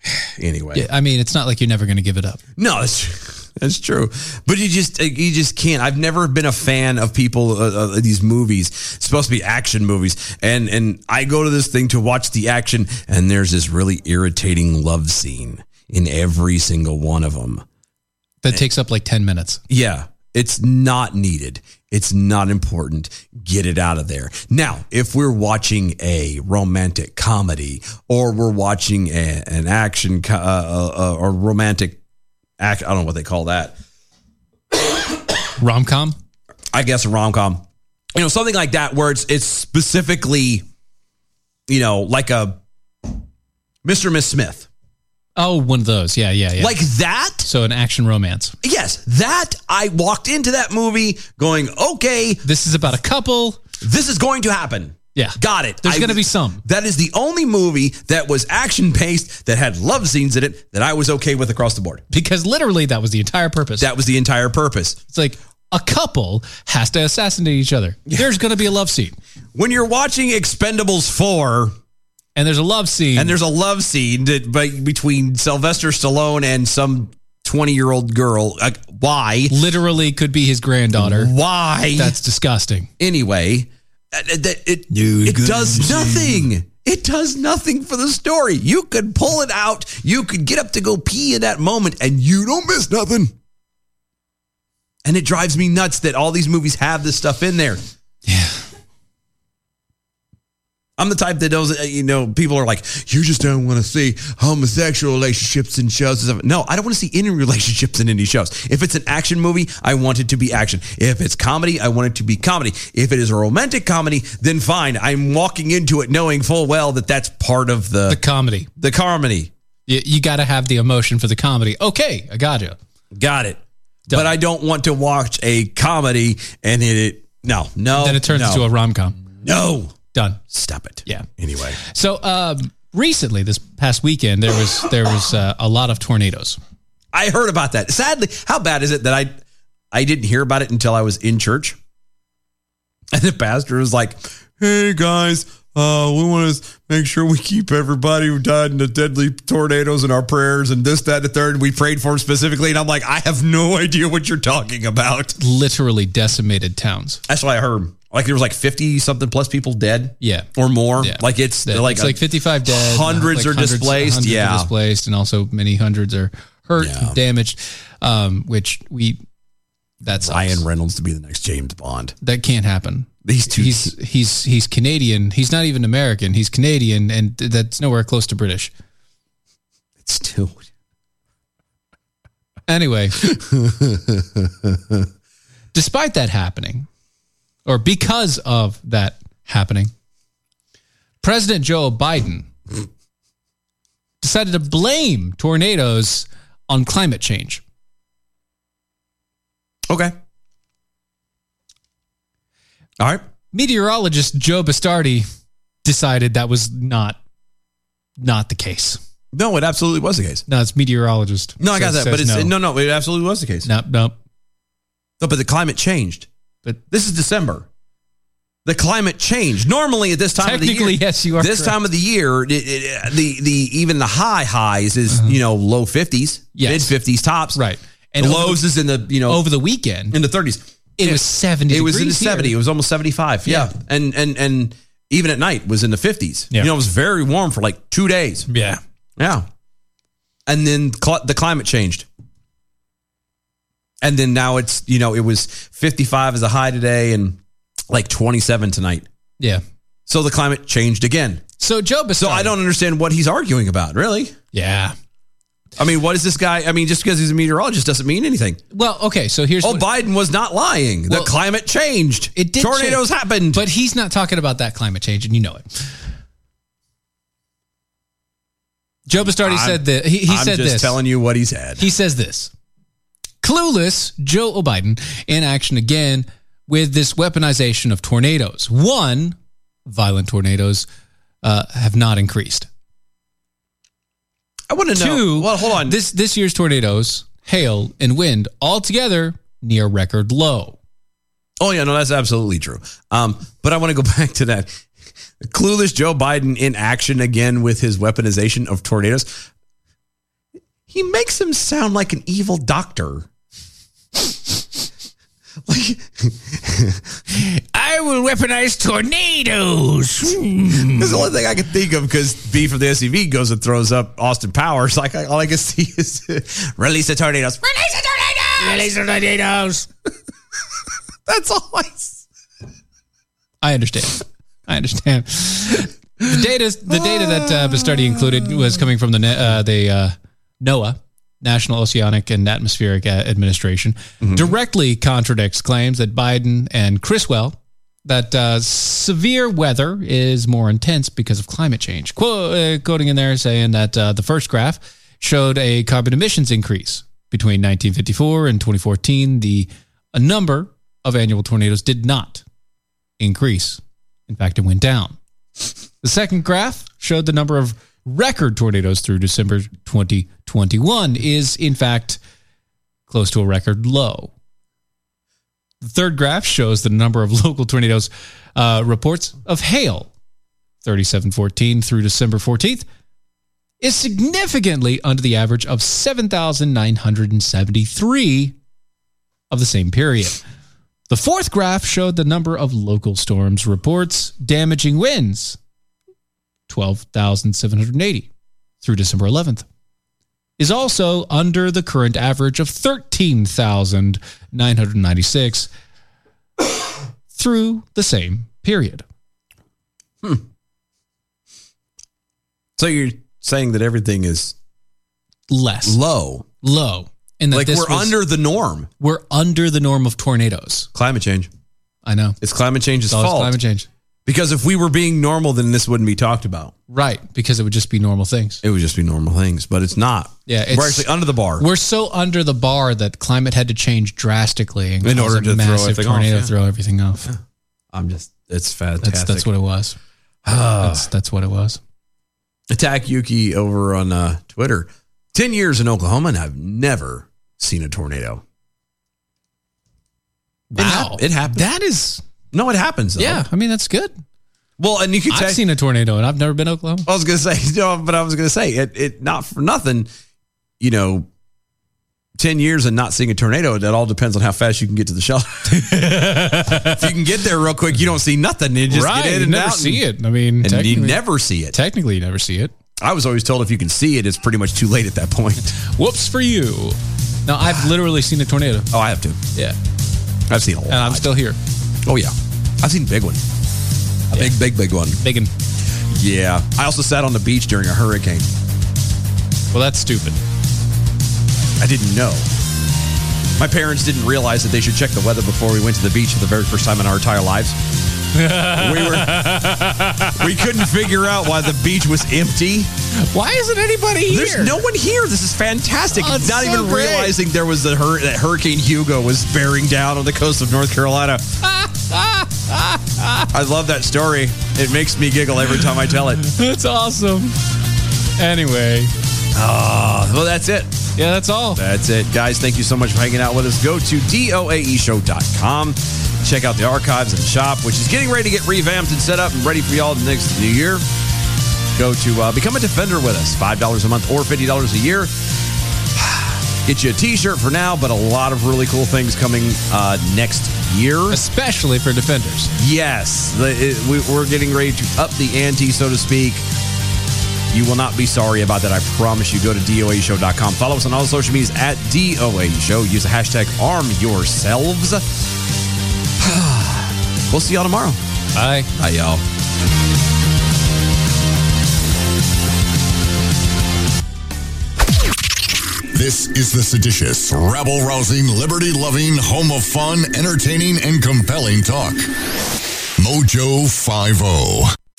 anyway.
Yeah, I mean, it's not like you're never going to give it up.
No, that's that's true. But you just you just can't. I've never been a fan of people uh, uh, these movies. It's supposed to be action movies, and and I go to this thing to watch the action, and there's this really irritating love scene in every single one of them.
That takes up like ten minutes.
Yeah, it's not needed. It's not important. Get it out of there. Now, if we're watching a romantic comedy or we're watching a, an action co- uh, uh, uh, or romantic act, I don't know what they call that.
Rom com?
I guess a rom com. You know, something like that where it's it's specifically, you know, like a Mr. and Miss Smith.
Oh, one of those. Yeah, yeah, yeah.
Like that?
So an action romance.
Yes, that I walked into that movie going, okay,
this is about a couple.
This is going to happen.
Yeah,
got it.
There's
I-
gonna be some.
That is the only movie that was action paced that had love scenes in it that I was okay with across the board.
Because literally that was the entire purpose.
That was the entire purpose.
It's like a couple has to assassinate each other. There's going to be a love scene.
When you're watching Expendables 4,
and there's a love scene.
And there's a love scene that, be- between Sylvester Stallone and some 20 year old girl. Like, why?
Literally could be his granddaughter.
Why?
That's disgusting.
Anyway, uh, uh, that it, it does nothing. It does nothing for the story. You could pull it out. You could get up to go pee in that moment and you don't miss nothing. And it drives me nuts that all these movies have this stuff in there. Yeah. I'm the type that does not you know, people are like, you just don't want to see homosexual relationships in shows. and stuff." No, I don't want to see any relationships in any shows. If it's an action movie, I want it to be action. If it's comedy, I want it to be comedy. If it is a romantic comedy, then fine. I'm walking into it knowing full well that that's part of the, the
comedy.
The comedy.
You, you got to have the emotion for the comedy. Okay, I got you.
Got it. But I don't want to watch a comedy and it, it no, no.
then it turns
Oh, no.
into a rom com.
No.
Done.
Stop it.
Yeah.
Anyway.
So um, recently, this past weekend, there was there was uh, a lot of tornadoes.
I heard about that. Sadly, how bad is it that I I didn't hear about it until I was in church? And the pastor was like, "Hey guys, uh, we want to make sure we keep everybody who died in the deadly tornadoes in our prayers and this, that, and the third. And we prayed for them specifically." And I'm like, "I have no idea what you're talking about."
Literally decimated towns.
That's what I heard. Like there was like 50 something plus people dead.
Yeah.
or more. Like it's
That-
like
it's like 55 dead. uh,
hundreds
like
are displaced.
hundreds
yeah,
Are displaced, and also many hundreds are hurt, and damaged, um, which we, that's
Ryan Reynolds to be the next James Bond.
that can't happen.
These two,
he's, he's, he's Canadian. He's not even American. He's Canadian, and th- that's nowhere close to British.
It's too.
Anyway, despite that happening, or because of that happening, President Joe Biden decided to blame tornadoes on climate change.
Okay. All right.
Meteorologist Joe Bastardi decided that was not not the case.
No, it absolutely was the case.
No, it's meteorologist.
No, I got
says-
that, but
says
it's no. no, It absolutely was the case.
No, no,
no. But the climate changed.
But
this is December. The climate changed. Normally, at this time of the year,
Technically, yes, you are
This
correct.
time of the year, it, it, the the even the high highs is you know low fifties, mid fifties tops, right?
Uh-huh. And
And
over
lows
the-
is in the you know
over the weekend
in the thirties.
It was 70
It was in the
degrees here.
seventy. It was almost seventy five. Yeah. and and and even at night was in the fifties. You know, it was very warm for like two days.
Yeah,
yeah. And then cl- the climate changed. And then now it's, you know, it was 55 as a high today and like 27 tonight.
yeah.
So the climate changed again.
So Joe Bastardi. So
I don't understand what he's arguing about, really.
Yeah.
I mean, what is this guy? I mean, just because he's a meteorologist doesn't mean anything.
Well, okay, so here's
Oh, Biden was not lying.
Well,
the climate changed.
It did
Tornadoes
change,
happened.
but he's not talking about that climate change, and you know it. Joe Bastardi
I'm-
said that he, he
I'm
said
just
this.
telling you what he said.
He says this. Clueless Joe Biden in action again with this weaponization of tornadoes. One, violent tornadoes uh, have not increased.
I want to know.
Two,
well, hold on.
This this year's tornadoes, hail, and wind altogether near record low.
Oh yeah, no, that's absolutely true. Um, but I want to go back to that clueless Joe Biden in action again with his weaponization of tornadoes. He makes him sound like an evil doctor.
I will weaponize tornadoes.
That's the only thing I can think of because B from the SUV goes and throws up Austin Powers. Like I, all I can see is release the tornadoes. Release the tornadoes.
Release the tornadoes.
That's all I
I understand. I understand. The data, the data that uh, Bastardi included was coming from the na- uh, the uh, NOAA, National Oceanic and Atmospheric uh, Administration, directly contradicts claims that Biden and Chriswell that uh, severe weather is more intense because of climate change. Quo- uh, quoting in there saying that uh, the first graph showed a carbon emissions increase between 1954 and 2014. The a number of annual tornadoes did not increase. In fact, it went down. The second graph showed the number of record tornadoes through December 2021 is, in fact, close to a record low. The third graph shows the number of local tornadoes uh, reports of hail, 3714 through December 14th, is significantly under the average of 7,973 of the same period. The fourth graph showed the number of local storms reports damaging winds, 12,780 through December 11th, is also under the current average of 13,996 through the same period.
So you're saying that everything is
less
low,
low, and that
like
this
we're
was-
under the norm.
We're under the norm of tornadoes.
Climate change.
I know
it's climate change's
It's always
fault.
climate change.
Because if we were being normal, then this wouldn't be talked about.
Right, because it would just be normal things.
It would just be normal things, but it's not.
Yeah,
we're
it's-
actually under the bar.
We're so under the bar that climate had to change drastically and
In
cause
order
a
to throw
massive
everything off,
tornado
yeah.
throw everything off.
I'm just. It's fantastic.
That's that's what it was. that's that's what it was.
Attack Yuki over on uh, Twitter. Ten years in Oklahoma, and I've never seen a tornado. Wow, it, hap- it happens.
That is
no, it happens. Though.
Yeah, I mean that's good.
Well, and you can.
I've
text-
seen a tornado, and I've never been to Oklahoma.
I was gonna say no, but I was gonna say it. It not for nothing. You know, ten years and not seeing a tornado. That all depends on how fast you can get to the shelter. if you can get there real quick, you don't see nothing. You just
Right,
get in
you
and
never
out
see
and-
it. I mean,
and you
technically-
never see it.
Technically, you never see it.
I was always told if you can see it, it's pretty much too late at that point.
Whoops for you. No,
Ah.
I've literally seen a tornado.
Oh, I have to.
Yeah,
I've seen a lot.
and I'm still here.
Oh yeah, I've seen big ones. A big, big, big one.
Big one.
Yeah. I also sat on the beach during a hurricane.
Well, that's stupid.
I didn't know. My parents didn't realize that they should check the weather before we went to the beach for the very first time in our entire lives.
we
were. We couldn't figure out why the beach was empty.
Why isn't anybody here?
There's no one here. This is fantastic.
Oh, it's
Not
so
even
great.
realizing there was a hur- that Hurricane Hugo was bearing down on the coast of North Carolina. I love that story. It makes me giggle every time I tell it.
That's awesome. Anyway.
Oh, well, that's it.
Yeah, that's all.
That's it. Guys, thank you so much for hanging out with us. Go to E doaeshow.com. Check out the archives and shop, which is getting ready to get revamped and set up and ready for y'all next new year. Go to uh, become a defender with us, $5 a month or $50 a year. Get you a t shirt for now, but a lot of really cool things coming uh, next year.
Especially for defenders.
Yes. The, it, we, we're getting ready to up the ante, so to speak. You will not be sorry about that. I promise you. Go to DOAShow.com. Follow us on all social medias at DOA Show. Use the hashtag arm yourselves. we'll see y'all tomorrow.
Bye.
Bye, y'all.
This is the seditious, rabble rousing, liberty loving, home of fun, entertaining, and compelling talk. Mojo 50.